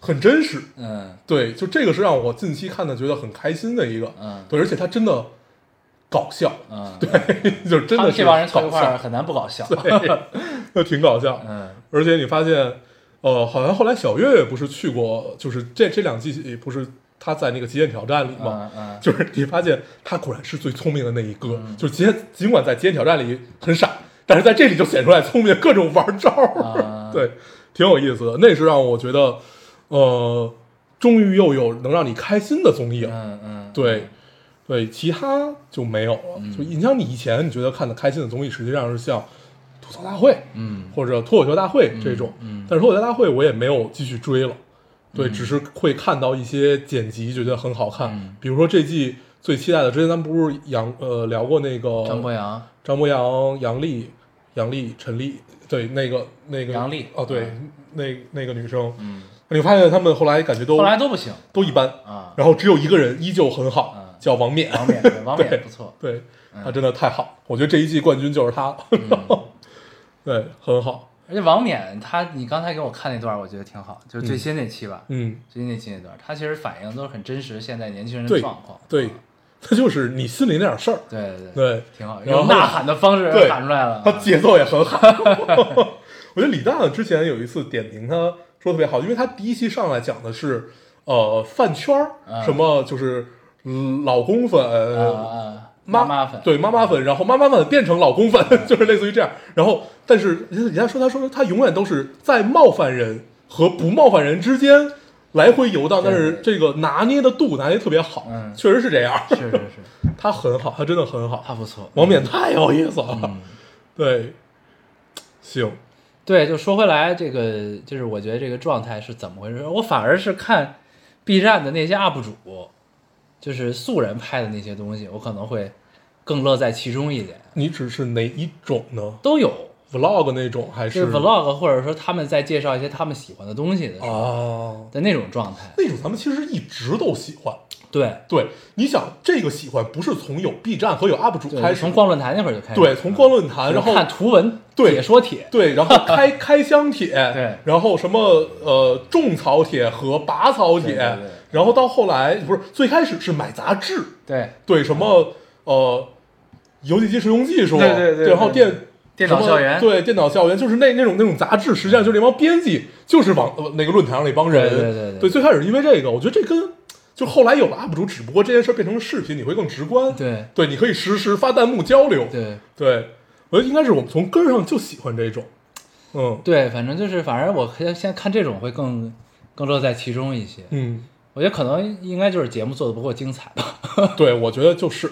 Speaker 2: 很真实。
Speaker 1: 嗯
Speaker 2: 对，就这个是让我近期看的觉得很开心的一个，
Speaker 1: 嗯
Speaker 2: 对，而且它真的搞笑，
Speaker 1: 嗯，
Speaker 2: 就是真
Speaker 1: 他
Speaker 2: 的
Speaker 1: 们
Speaker 2: 是
Speaker 1: 这帮人凑
Speaker 2: 搞
Speaker 1: 一块儿啊
Speaker 2: 笑，
Speaker 1: 很难不搞笑。
Speaker 2: 对， 那挺搞笑。
Speaker 1: 嗯
Speaker 2: 而且你发现，呃，好像后来小岳岳不是去过，就是这这两季不是他在那个极限挑战里吗？
Speaker 1: 嗯嗯，
Speaker 2: 就是你发现他果然是最聪明的那一个，就是极限尽管在极限挑战里很傻，但是在这里就显出来聪明，各种玩招儿，
Speaker 1: 啊
Speaker 2: 对，挺有意思的。那是让我觉得，呃，终于又有能让你开心的综艺了。
Speaker 1: 嗯嗯，
Speaker 2: 对，对，其他就没有了。就你像你以前你觉得看的开心的综艺，实际上是像吐槽大会，
Speaker 1: 嗯
Speaker 2: 或者脱口秀大会这种。
Speaker 1: 嗯
Speaker 2: 但是脱口秀大会我也没有继续追了，对，只是会看到一些剪辑，觉得很好看。
Speaker 1: 嗯
Speaker 2: 比如说这季最期待的，之前咱们不是杨呃聊过那个
Speaker 1: 张博洋，
Speaker 2: 张博洋、杨丽、杨丽、陈丽，对，那个那个
Speaker 1: 杨丽
Speaker 2: 哦，对，那那个女生，
Speaker 1: 嗯，
Speaker 2: 你发现他们后来感觉都
Speaker 1: 后来都不行
Speaker 2: 都一般。
Speaker 1: 啊。
Speaker 2: 然后只有一个人依旧很好，
Speaker 1: 嗯
Speaker 2: 叫王冕。
Speaker 1: 王冕，嗯对王冕不错，
Speaker 2: 对他真的太好，我觉得这一季冠军就是他。
Speaker 1: 嗯
Speaker 2: 对，很好。
Speaker 1: 而且王冕他，你刚才给我看那段，我觉得挺好，就是最新那期吧，
Speaker 2: 嗯，
Speaker 1: 最新那期那段，他其实反映都是很真实现在年轻人的
Speaker 2: 对
Speaker 1: 状况，
Speaker 2: 对，他就是你心里那点事儿。
Speaker 1: 对对，
Speaker 2: 对，
Speaker 1: 挺好，
Speaker 2: 然后
Speaker 1: 用呐喊的方式
Speaker 2: 对
Speaker 1: 喊出来了，啊
Speaker 2: 他节奏也很好。 我觉得李诞之前有一次点评他说特别好，因为他第一期上来讲的是呃饭圈儿，
Speaker 1: 嗯
Speaker 2: 什么就是嗯老公粉，
Speaker 1: 啊啊，
Speaker 2: 呃妈
Speaker 1: 妈粉，嗯
Speaker 2: 对妈妈粉，然后妈妈粉变成老公粉， 就是类似于这样。然后，但是人家说，他说他永远都是在冒犯人和不冒犯人之间来回游荡，
Speaker 1: 对
Speaker 2: 但是这个拿捏的度拿捏特别好，
Speaker 1: 嗯
Speaker 2: 确实是这样。
Speaker 1: 是是 是，
Speaker 2: 他很好，他真的很好，
Speaker 1: 他不错，
Speaker 2: 王冕太有意思
Speaker 1: 嗯
Speaker 2: 了。对，行，
Speaker 1: 对，就说回来，这个就是我觉得这个状态是怎么回事？我反而是看 B 站的那些 UP 主，就是素人拍的那些东西，我可能会更乐在其中一点。
Speaker 2: 你只是哪一种呢
Speaker 1: 都有，
Speaker 2: ？vlog 那种还
Speaker 1: 就是 vlog 或者说他们在介绍一些他们喜欢的东西的时候
Speaker 2: 啊？
Speaker 1: 的那种状态。
Speaker 2: 那种咱们其实一直都喜欢。
Speaker 1: 对，
Speaker 2: 对，你想这个喜欢不是从有 B 站和有 UP 主
Speaker 1: 对
Speaker 2: 开始，
Speaker 1: 从光论坛那会儿就开始了，啊
Speaker 2: 对，从光论坛，
Speaker 1: 就是
Speaker 2: 然后
Speaker 1: 哎嗯看图文
Speaker 2: 对
Speaker 1: 解说帖，
Speaker 2: 对，然后开开箱帖，
Speaker 1: 对
Speaker 2: 然后什么呃种草帖和拔草帖，
Speaker 1: 对对对
Speaker 2: 然后到后来不是最开始是买杂志，
Speaker 1: 对，
Speaker 2: 对什么呃游戏机实用技术，
Speaker 1: 对对对对
Speaker 2: 然后电。
Speaker 1: 电脑
Speaker 2: 什么
Speaker 1: 校园
Speaker 2: 对电脑校园就是那那种那种杂志，实际上就是那帮编辑，就是网呃那个论坛上那帮人，
Speaker 1: 对对对对
Speaker 2: 最开始是因为这个，我觉得这跟就后来有了 UP 主，只不过这件事变成了视频，你会更直观，
Speaker 1: 对
Speaker 2: 对，你可以实时发弹幕交流，
Speaker 1: 对
Speaker 2: 对，我觉得应该是我们从根儿上就喜欢这种，嗯
Speaker 1: 对，反正就是反正我现在看这种会更更乐在其中一些。
Speaker 2: 嗯，
Speaker 1: 我觉得可能应该就是节目做的不够精彩吧。
Speaker 2: 对，我觉得就是，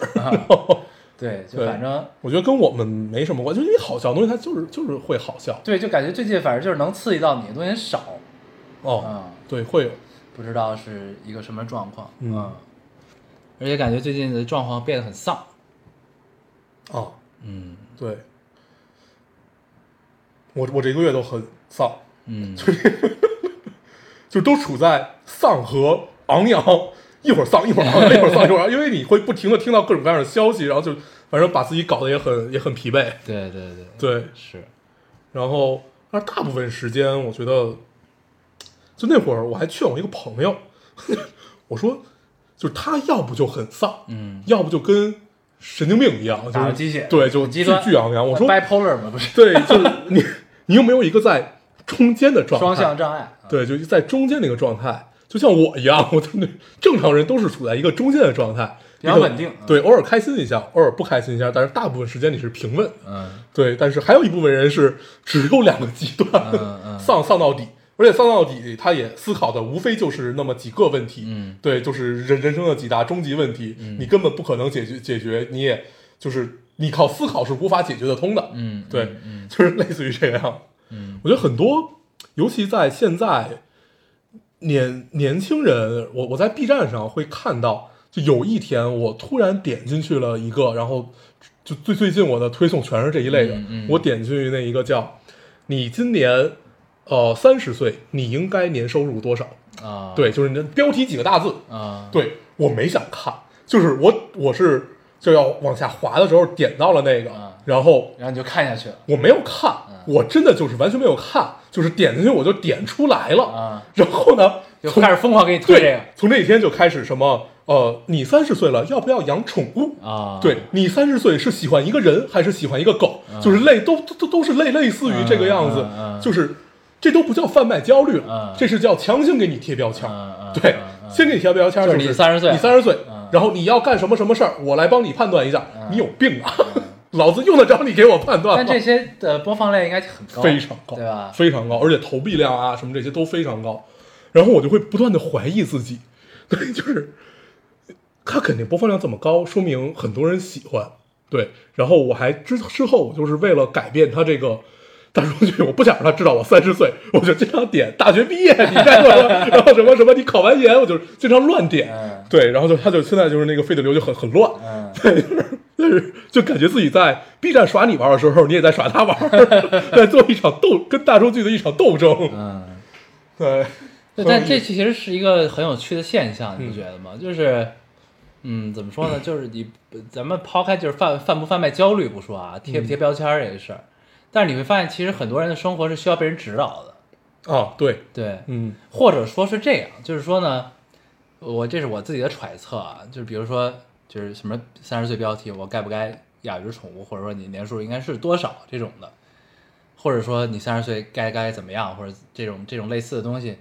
Speaker 1: 对， 就
Speaker 2: 对
Speaker 1: 反正
Speaker 2: 我觉得跟我们没什么关系，就因为好笑的东西它就是就是会好笑
Speaker 1: 对，就感觉最近反正就是能刺激到你的东西少，
Speaker 2: 哦，
Speaker 1: 嗯，
Speaker 2: 对，会有，
Speaker 1: 不知道是一个什么状况，啊
Speaker 2: 嗯
Speaker 1: 而且感觉最近的状况变得很丧，
Speaker 2: 啊，
Speaker 1: 嗯
Speaker 2: 对，我我这一个月都很丧，
Speaker 1: 嗯，
Speaker 2: 就都处在丧和昂扬，一会儿丧一会儿昂扬，一会儿丧一会儿昂扬，因为你会不停的听到各种各样的消息，然后就反正把自己搞得也很也很疲惫，
Speaker 1: 对对对，
Speaker 2: 对，
Speaker 1: 是，
Speaker 2: 然后，但是大部分时间，我觉得，就那会儿我还劝我一个朋友， 我说，就是他要不就很丧，
Speaker 1: 嗯，
Speaker 2: 要不就跟神经病一样，
Speaker 1: 打
Speaker 2: 就
Speaker 1: 了
Speaker 2: 是
Speaker 1: 鸡血
Speaker 2: 对，就
Speaker 1: 很极
Speaker 2: 巨
Speaker 1: 端
Speaker 2: 巨昂扬。我说，
Speaker 1: bipolar 嘛，不是
Speaker 2: 对，就是你， 你有没有一个在中间的状态？
Speaker 1: 双向障碍，嗯，
Speaker 2: 对，就在中间那个状态，就像我一样，我真的正常人都是处在一个中间的状态，
Speaker 1: 比较
Speaker 2: 你可
Speaker 1: 稳定嗯
Speaker 2: 对，偶尔开心一下，偶尔不开心一下，但是大部分时间你是平稳的。
Speaker 1: 嗯
Speaker 2: 对，但是还有一部分人是只有两个极端，
Speaker 1: 嗯嗯
Speaker 2: 丧丧到底，而且丧到底，他也思考的无非就是那么几个问题，
Speaker 1: 嗯，
Speaker 2: 对，就是人人生的几大终极问题，你根本不可能解决解决，你也就是你靠思考是无法解决得通的，
Speaker 1: 嗯，
Speaker 2: 对，
Speaker 1: 嗯嗯
Speaker 2: 就是类似于这样，
Speaker 1: 嗯，
Speaker 2: 我觉得很多，尤其在现在年年轻人，我我在 B 站上会看到，就有一天我突然点进去了一个，然后就最最近我的推送全是这一类的，
Speaker 1: 嗯嗯
Speaker 2: 我点进去那一个叫“你今年呃三十岁，你应该年收入多少”，
Speaker 1: 啊，
Speaker 2: 对，就是你的标题几个大字，
Speaker 1: 啊，
Speaker 2: 对我没想看，就是我我是就要往下滑的时候点到了那个
Speaker 1: 啊，
Speaker 2: 然后
Speaker 1: 然后你就看下去了，
Speaker 2: 我没有看，
Speaker 1: 嗯
Speaker 2: 我真的就是完全没有看，就是点进去我就点出来了。
Speaker 1: 啊
Speaker 2: 然后呢，
Speaker 1: 就
Speaker 2: 从
Speaker 1: 开始疯狂给你推这
Speaker 2: 对
Speaker 1: 个，，
Speaker 2: 从这一天就开始什么呃，你三十岁了，要不要养宠物？
Speaker 3: 啊，
Speaker 2: 对你三十岁是喜欢一个人还是喜欢一个狗？
Speaker 1: 啊
Speaker 2: 就是类都都都都是类类似于这个样子
Speaker 3: 嗯嗯嗯，
Speaker 2: 就是这都不叫贩卖焦虑了
Speaker 1: 啊
Speaker 3: 嗯，
Speaker 2: 这是叫强行给你贴标签
Speaker 3: 嗯嗯
Speaker 2: 儿。对
Speaker 3: 嗯，嗯
Speaker 2: 先给你贴标签儿，
Speaker 1: 就是
Speaker 2: 是
Speaker 1: 你30岁啊
Speaker 2: 你三十岁
Speaker 3: 嗯，
Speaker 2: 然后你要干什么什么事儿，我来帮你判断一下。你有病啊！老子用得着你给我判断
Speaker 3: 但
Speaker 2: 吗？
Speaker 3: 这些的播放量应该很高，
Speaker 2: 啊非常高，
Speaker 3: 对吧？
Speaker 2: 非常高，而且投币量啊什么这些都非常高。然后我就会不断的怀疑自己，对，就是它肯定播放量这么高，说明很多人喜欢，对。然后我还之之后，我就是为了改变它这个大数据，我不想让他知道我三十岁，我就经常点大学毕业，你干过什么？ 然后什么什么，你考完研，我就经常乱点，
Speaker 3: 嗯
Speaker 2: 对。然后就他就现在就是那个费德流就很很乱，
Speaker 3: 嗯，
Speaker 2: 但是 就感觉自己在 B 站耍你玩的时候，你也在耍他玩， 在做一场斗，跟大数据的一场斗争。
Speaker 3: 嗯，
Speaker 2: 对，
Speaker 1: 对，但这其实是一个很有趣的现象，你不觉得吗？就是，嗯，怎么说呢？就是你，咱们抛开就是贩贩不贩卖焦虑不说啊，贴
Speaker 2: 嗯
Speaker 1: 不贴标签儿这个事儿，但是你会发现，其实很多人的生活是需要被人指导的，
Speaker 2: 啊，对，
Speaker 1: 对，
Speaker 2: 嗯
Speaker 1: 或者说是这样，就是说呢，我这是我自己的揣测啊，就是比如说，就是什么三十岁标题，我该不该养一只宠物，或者说你年数应该是多少这种的，或者说你三十岁该该怎么样，或者这种这种类似的东西，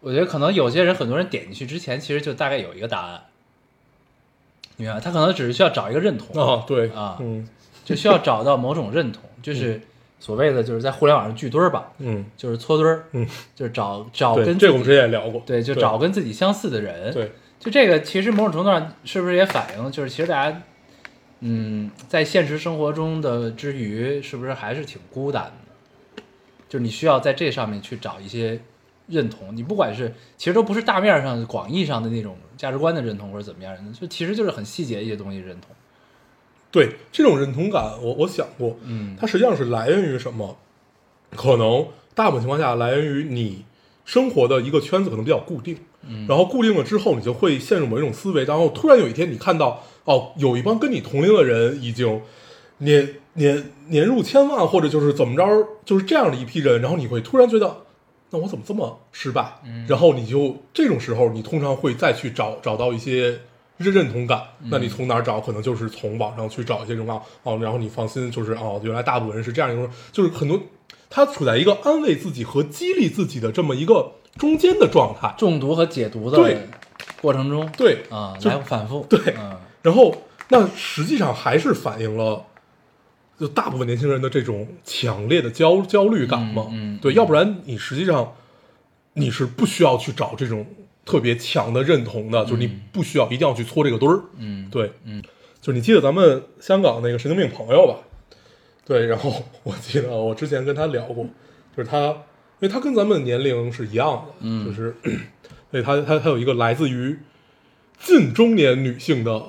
Speaker 1: 我觉得可能有些人很多人点进去之前，其实就大概有一个答案，你明白吗？他可能只是需要找一个认同，
Speaker 2: 啊，对
Speaker 1: 啊
Speaker 2: 嗯
Speaker 1: 就需要找到某种认同，就是所谓的就是在互联网上聚堆儿吧，
Speaker 2: 嗯
Speaker 1: 就是搓堆儿，
Speaker 2: 嗯，
Speaker 1: 就是找找
Speaker 2: 对，
Speaker 1: 跟自
Speaker 2: 这个我们
Speaker 1: 己
Speaker 2: 之前也聊过。
Speaker 1: 对，就找跟自己相似的人。，
Speaker 2: 对
Speaker 1: 就这个其实某种程度上是不是也反映，就是其实大家，嗯，在现实生活中的之余，是不是还是挺孤单的？就是你需要在这上面去找一些认同，你不管是其实都不是大面上广义上的那种价值观的认同或者怎么样的，就其实就是很细节一些东西认同。
Speaker 2: 对，这种认同感，我我想过，
Speaker 1: 嗯
Speaker 2: 它实际上是来源于什么？可能大部分情况下来源于你生活的一个圈子可能比较固定，嗯，然后固定了之后，你就会陷入某一种思维，然后突然有一天你看到，哦，有一帮跟你同龄的人已经年年年入千万，或者就是怎么着，就是这样的一批人，然后你会突然觉得。那我怎么这么失败？
Speaker 1: 嗯
Speaker 2: 然后你就这种时候，你通常会再去找找到一些认认同感。
Speaker 1: 嗯
Speaker 2: 那你从哪儿找？可能就是从网上去找一些这种啊哦，然后你放心，就是哦，原来大部分人是这样一种，就是很多他处在一个安慰自己和激励自己的这么一个中间的状态。
Speaker 1: 中毒和解读
Speaker 2: 对
Speaker 1: 的过程中，
Speaker 2: 对，
Speaker 1: 啊，
Speaker 2: 就
Speaker 1: 来回反复。
Speaker 2: 对
Speaker 1: 嗯
Speaker 2: 然后那实际上还是反映了。就大部分年轻人的这种强烈的焦焦虑感嘛，
Speaker 1: 嗯嗯
Speaker 2: 对，要不然你实际上你是不需要去找这种特别强的认同的，就是你不需要一定要去搓这个堆儿，
Speaker 1: 嗯，
Speaker 2: 对，嗯，就是你记得咱们香港那个神经病朋友吧？对，然后 我记得我之前跟他聊过，就是他，因为他跟咱们年龄是一样的，嗯，就是， 所以他他他有一个来自于近中年女性的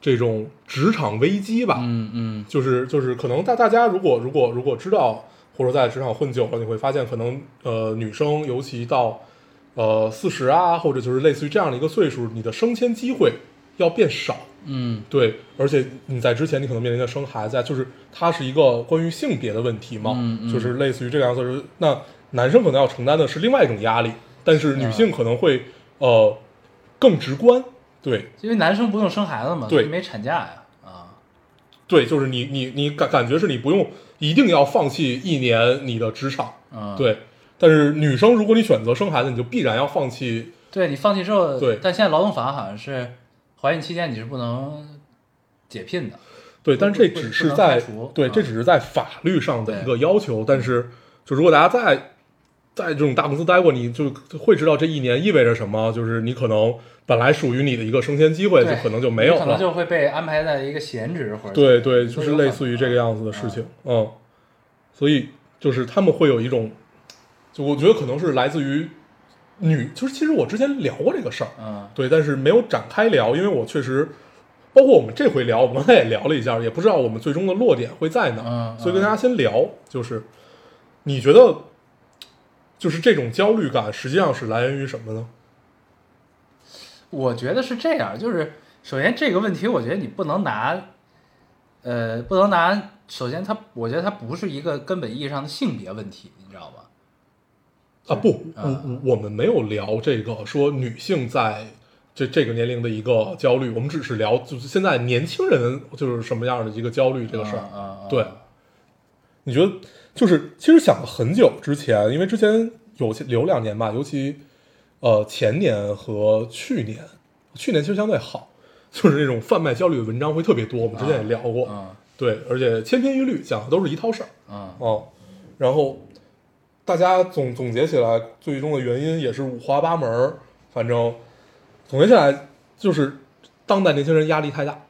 Speaker 2: 这种职场危机吧，
Speaker 1: 嗯嗯
Speaker 2: 就是就是可能大大家如果如果如果知道或者在职场混久了，你会发现可能呃女生尤其到呃四十啊，或者就是类似于这样的一个岁数，你的升迁机会要变少。
Speaker 1: 嗯
Speaker 2: 对，而且你在之前你可能面临着生孩子，啊，就是它是一个关于性别的问题嘛，
Speaker 1: 嗯嗯
Speaker 2: 就是类似于这个样子。就是那男生可能要承担的是另外一种压力，但是女
Speaker 1: 啊
Speaker 2: 性可能会、呃更直观。对
Speaker 1: 因为男生不用生孩子嘛，
Speaker 2: 对
Speaker 1: 所以没产假呀，啊，
Speaker 2: 对，就是你你你感感觉是你不用一定要放弃一年你的职场，
Speaker 1: 嗯，
Speaker 2: 对。但是女生，如果你选择生孩子，你就必然要放弃。
Speaker 1: 对你放弃之后，
Speaker 2: 对
Speaker 1: 但现在劳动法好像是怀孕期间你是不能解聘的，
Speaker 2: 对，但是这
Speaker 1: 不
Speaker 2: 只
Speaker 1: 不
Speaker 2: 是
Speaker 1: 能
Speaker 2: 在
Speaker 1: 排除
Speaker 2: 对，
Speaker 1: 啊
Speaker 2: 这只是在法律上的一
Speaker 1: 对
Speaker 2: 个要求。但是，就如果大家在在这种大公司待过，你就会知道这一年意味着什么。就是你可能本来属于你的一个升迁机会，就可能就没有
Speaker 1: 你可能
Speaker 2: 了。
Speaker 1: 就会被安排在一个闲职或者
Speaker 2: 对对，就
Speaker 1: 都
Speaker 2: 是
Speaker 1: 有啊
Speaker 2: 类
Speaker 1: 可
Speaker 2: 似
Speaker 1: 能
Speaker 2: 于这个样子的事情。嗯，所以就是他们会有一种，就我觉得可能是来自于女，就是其实我之前聊过这个事儿，
Speaker 1: 嗯
Speaker 2: 对，但是没有展开聊，因为我确实，包括我们这回聊，我们刚才也聊了一下，也不知道我们最终的落点会在哪，
Speaker 1: 嗯嗯
Speaker 2: 所以跟大家先聊，就是你觉得，就是这种焦虑感实际上是来源于什么呢？
Speaker 1: 我觉得是这样，就是首先这个问题，我觉得你不能拿，呃，不能拿。首先它，我觉得它不是一个根本意义上的性别问题，你知道吧？
Speaker 2: 啊，不，
Speaker 1: 啊
Speaker 2: 我我们没有聊这个说女性在这这个年龄的一个焦虑。我们只是聊就是现在年轻人就是什么样的一个焦虑这个事儿。
Speaker 1: 啊啊，
Speaker 2: 对，你觉得就是其实想了很久之前，因为之前有些有两年吧，尤其呃前年和去年，去年其实相对好，就是那种贩卖焦虑的文章会特别多，我们之前也聊过，
Speaker 1: 嗯
Speaker 2: 对，而且千篇一律，讲的都是一套事儿
Speaker 1: 嗯
Speaker 2: 哦、然后大家总总结起来，最终的原因也是五花八门儿，反正总结下来就是当代年轻人压力太大，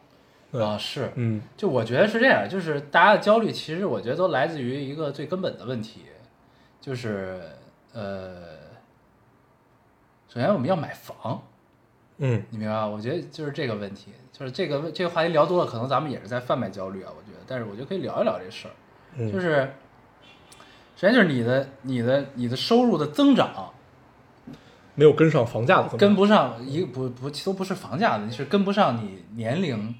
Speaker 2: 对，
Speaker 1: 啊是，
Speaker 2: 嗯，
Speaker 1: 就我觉得是这样，就是大家的焦虑，其实我觉得都来自于一个最根本的问题，就是呃，首先我们要买房，
Speaker 2: 嗯
Speaker 1: 你明白吧？我觉得就是这个问题，就是这个这个话题聊多了，可能咱们也是在贩卖焦虑啊。我觉得，但是我觉得可以聊一聊这事儿，
Speaker 2: 嗯，
Speaker 1: 就是首先就是你的你的你的收入的增长
Speaker 2: 没有跟上房价的增长
Speaker 1: 跟不上，一个不不都不是房价的问题，是跟不上你年龄。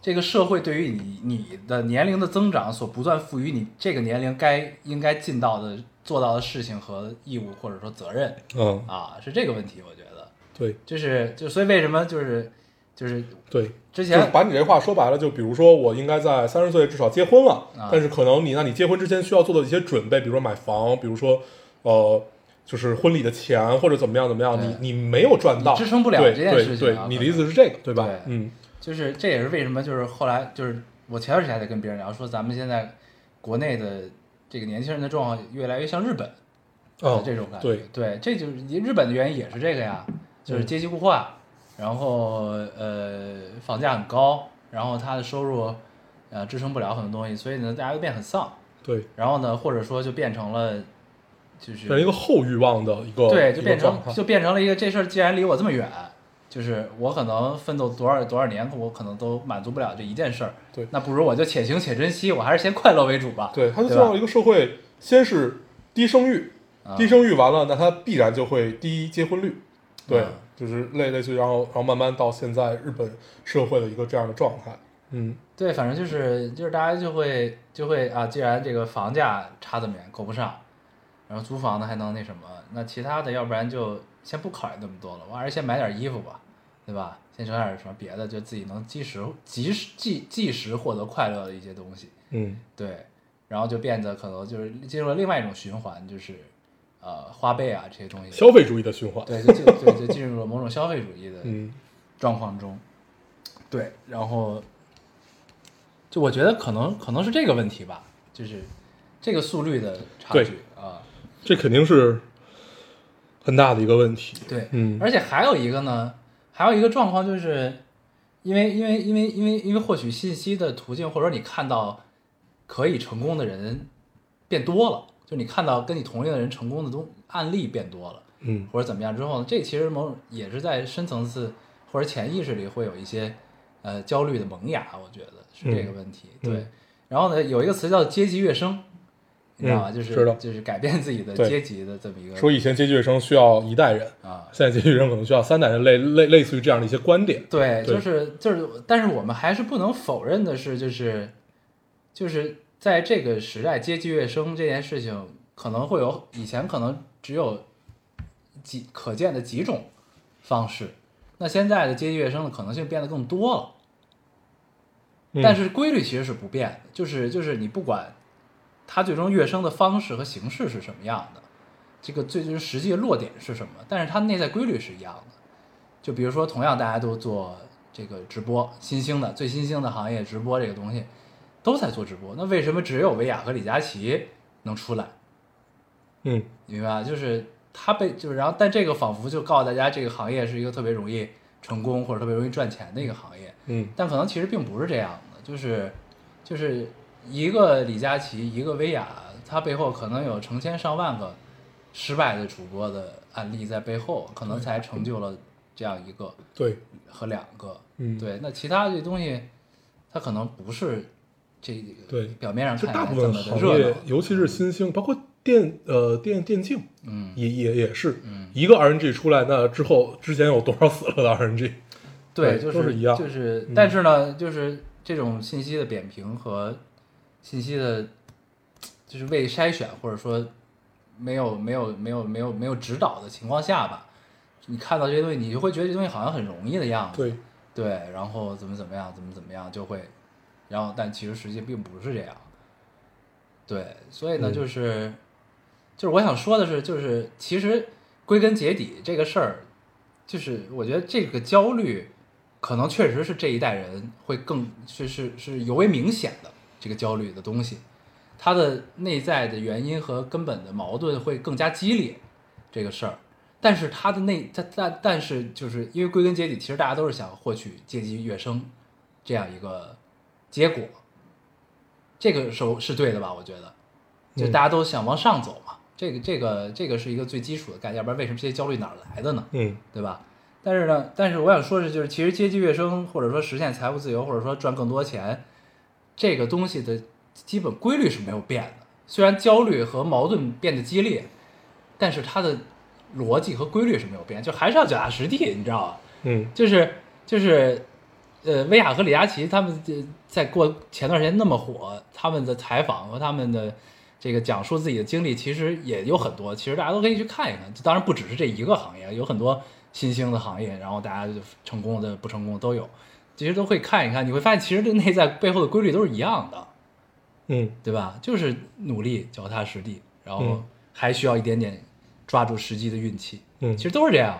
Speaker 1: 这个社会对于你你的年龄的增长所不断赋予你这个年龄该应该尽到的做到的事情和义务或者说责任
Speaker 2: 嗯，
Speaker 1: 啊，是这个问题。我觉得
Speaker 2: 对
Speaker 1: 就是就所以为什么就是就是
Speaker 2: 对，
Speaker 1: 之
Speaker 2: 就是
Speaker 1: 前
Speaker 2: 把你这话说白了，就比如说我应该在三十岁至少结婚了，
Speaker 1: 啊
Speaker 2: 但是可能你那你结婚之前需要做的一些准备，比如说买房，比如说呃。就是婚礼的钱或者怎么样怎么样，
Speaker 1: 对
Speaker 2: 你你没有赚到，
Speaker 1: 你支撑不了
Speaker 2: 对
Speaker 1: 这件
Speaker 2: 对
Speaker 1: 事情
Speaker 2: 对
Speaker 1: 啊，
Speaker 2: 你的
Speaker 1: 可
Speaker 2: 意
Speaker 1: 能
Speaker 2: 思是这个，对吧
Speaker 1: 对？
Speaker 2: 嗯
Speaker 1: 就是这也是为什么就是后来就是我前段时间还在跟别人聊说咱们现在国内的这个年轻人的状况越来越像日本，
Speaker 2: 嗯，
Speaker 1: 这种感觉。
Speaker 2: 对，嗯
Speaker 1: 这就是日本的原因也是这个呀，就是阶级固化，然后呃房价很高，然后他的收入呃支撑不了很多东西，所以呢大家就变很丧，
Speaker 2: 对，
Speaker 1: 然后呢或者说就变成了就是
Speaker 2: 这是一个后欲望的一个
Speaker 1: 对
Speaker 2: 一
Speaker 1: 就
Speaker 2: 个
Speaker 1: 变成
Speaker 2: 状态
Speaker 1: 就变成了一个这事儿既然离我这么远。就是我可能奋斗多少多少年，我可能都满足不了这一件事儿。
Speaker 2: 对
Speaker 1: 那不如我就且行且珍惜，我还是先快乐为主吧。
Speaker 2: 对，它就进
Speaker 1: 吧
Speaker 2: 到了一个社会，先是低生育，
Speaker 1: 啊
Speaker 2: 低生育完了，那它必然就会低结婚率，对，
Speaker 1: 嗯
Speaker 2: 就是类类似于，然后然后慢慢到现在日本社会的一个这样的状态，嗯，
Speaker 1: 对，反正就是就是大家就会就会啊，既然这个房价差这么远，够不上，然后租房呢还能那什么，那其他的要不然就先不考虑那么多了，我还是先买点衣服吧，对吧？先整点什么别的，就自己能及时及时即即时获得快乐的一些东西，
Speaker 2: 嗯，
Speaker 1: 对，然后就变得可能就是进入了另外一种循环，就是呃花呗啊这些东西，
Speaker 2: 消费主义的循环，
Speaker 1: 对，就就对就进入了某种消费主义的
Speaker 2: 嗯
Speaker 1: 状况中。对，然后就我觉得可能可能是这个问题吧，就是这个速率的差
Speaker 2: 对
Speaker 1: 距啊，
Speaker 2: 这肯定是很大的一个问题，
Speaker 1: 对，
Speaker 2: 嗯
Speaker 1: 而且还有一个呢，还有一个状况就是，因为因为因为因为因为获取信息的途径，或者你看到可以成功的人变多了，就你看到跟你同龄的人成功的东案例变多了。
Speaker 2: 嗯，
Speaker 1: 或者怎么样之后呢？这其实某种也是在深层次或者潜意识里会有一些呃焦虑的萌芽，我觉得是这个问题。
Speaker 2: 嗯
Speaker 1: 对，然后呢，有一个词叫阶级跃升，你知道吧？
Speaker 2: 嗯
Speaker 1: 就是
Speaker 2: 知道
Speaker 1: 就是改变自己的
Speaker 2: 对
Speaker 1: 阶级的这么一个
Speaker 2: 说以前阶级卫生需要一代人，
Speaker 1: 啊，
Speaker 2: 现在阶级卫生可能需要三代人，类类类似于这样的一些观点，
Speaker 1: 对，
Speaker 2: 对
Speaker 1: 就是就是，但是我们还是不能否认的是，就是就是在这个时代，阶级跃升这件事情可能会有以前可能只有几可见的几种方式，那现在的阶级跃升的可能性变得更多了，
Speaker 2: 嗯
Speaker 1: 但是规律其实是不变的，就是就是你不管它最终跃升的方式和形式是什么样的，这个最终实际的落点是什么，但是它内在规律是一样的。就比如说，同样大家都做这个直播，新兴的最新兴的行业直播这个东西，都在做直播。那为什么只有维亚和李佳琦能出来？
Speaker 2: 嗯
Speaker 1: 明白吧？就是他被就是，然后但这个仿佛就告诉大家，这个行业是一个特别容易成功或者特别容易赚钱的一个行业。
Speaker 2: 嗯
Speaker 1: 但可能其实并不是这样的，就是就是一个李佳琦，一个薇娅，他背后可能有成千上万个失败的主播的案例在背后，可能才成就了这样一个。
Speaker 2: 对，
Speaker 1: 和两个，
Speaker 2: 嗯
Speaker 1: 对，那其他这东西，它可能不是这个
Speaker 2: 对
Speaker 1: 表面上
Speaker 2: 就
Speaker 1: 看起
Speaker 2: 大
Speaker 1: 来
Speaker 2: 部
Speaker 1: 这
Speaker 2: 分
Speaker 1: 么的
Speaker 2: 行
Speaker 1: 热
Speaker 2: 业
Speaker 1: 闹，，
Speaker 2: 尤其是新兴，包括电呃电电竞，
Speaker 1: 嗯，
Speaker 2: 也也也是，一个 RNG 出来，那之后之前有多少死了的 RNG？
Speaker 1: 对，
Speaker 2: 对
Speaker 1: 就
Speaker 2: 都
Speaker 1: 是
Speaker 2: 是一样嗯
Speaker 1: 就是，但是呢，就是这种信息的扁平和信息的，就是未筛选或者说没有没有没有没有没有指导的情况下吧，你看到这些东西，你就会觉得这东西好像很容易的样子。
Speaker 2: 对，
Speaker 1: 对，然后怎么怎么样，怎么怎么样，就会，然后但其实实际并不是这样。对，所以呢，就是，就是我想说的是，就是其实归根结底这个事儿，就是我觉得这个焦虑，可能确实是这一代人会更是是是尤为明显的这个焦虑的东西，它的内在的原因和根本的矛盾会更加激烈，这个事儿。但是他的那他但但是就是因为归根结底，其实大家都是想获取阶级跃升这样一个结果，这个时候是对的吧？我觉得，就
Speaker 2: 嗯
Speaker 1: 大家都想往上走嘛，这个这个这个是一个最基础的概念，要不然为什么这些焦虑哪儿来的呢？
Speaker 2: 嗯
Speaker 1: 对吧？但是呢，但是我想说的是，就是其实阶级跃升，或者说实现财务自由，或者说赚更多钱，这个东西的基本规律是没有变的。虽然焦虑和矛盾变得激烈，但是它的逻辑和规律是没有变，就还是要脚踏实地，你知道吧？
Speaker 2: 嗯
Speaker 1: 就是就是，呃，薇娅和李佳琦他们这在过前段时间那么火，他们的采访和他们的这个讲述自己的经历，其实也有很多，其实大家都可以去看一看。当然不只是这一个行业，有很多新兴的行业，然后大家就成功的、不成功的都有，其实都会看一看，你会发现其实这内在背后的规律都是一样的。
Speaker 2: 嗯
Speaker 1: 对吧？就是努力、脚踏实地，然后
Speaker 2: 嗯
Speaker 1: 还需要一点点抓住时机的运气。
Speaker 2: 嗯
Speaker 1: 其实都是这样。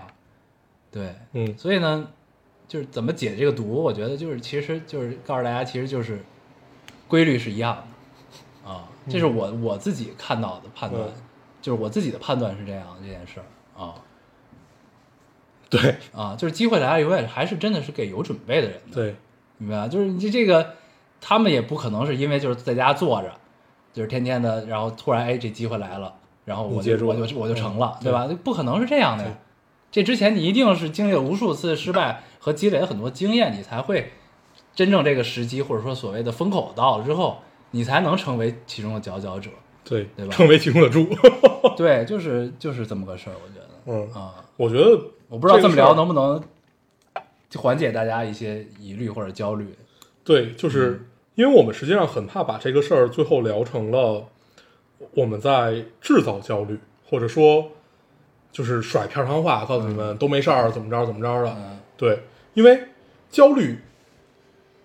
Speaker 1: 对，
Speaker 2: 嗯
Speaker 1: 所以呢，就是怎么解这个毒，我觉得就是其实就是告诉大家，其实就是规律是一样的啊。这是我我自己看到的判断，
Speaker 2: 嗯
Speaker 1: 就是我自己的判断是这样这件事儿啊
Speaker 2: 对
Speaker 1: 啊，就是机会来了，永远还是真的是给有准备的人的。
Speaker 2: 对，
Speaker 1: 明白吧？就是你这这个，他们也不可能是因为就是在家坐着，就是天天的，然后突然哎这机会来了，然后我
Speaker 2: 你接
Speaker 1: 就
Speaker 2: 住
Speaker 1: 我
Speaker 2: 了
Speaker 1: 就我就成了，
Speaker 2: 嗯
Speaker 1: 对吧？不可能是这样的呀。这之前你一定是经历了无数次失败和积累了很多经验，你才会真正这个时机或者说所谓的风口到了之后，你才能成为其中的佼佼者。
Speaker 2: 对，
Speaker 1: 对 吧啊
Speaker 2: 成为其中的猪。
Speaker 1: 对，就是就是这么个事儿，我觉得
Speaker 2: 嗯，
Speaker 1: 啊、
Speaker 2: 我觉得
Speaker 1: 我不知道这么
Speaker 2: 个事
Speaker 1: 聊
Speaker 2: 儿
Speaker 1: 能不能缓解大家一些疑虑或者焦虑。
Speaker 2: 对，就是因为我们实际上很怕把这个事儿最后聊成了我们在制造焦虑，或者说就是甩片儿汤话，告诉你们都没事儿，怎么着怎么着的。
Speaker 1: 嗯
Speaker 2: 对，因为焦虑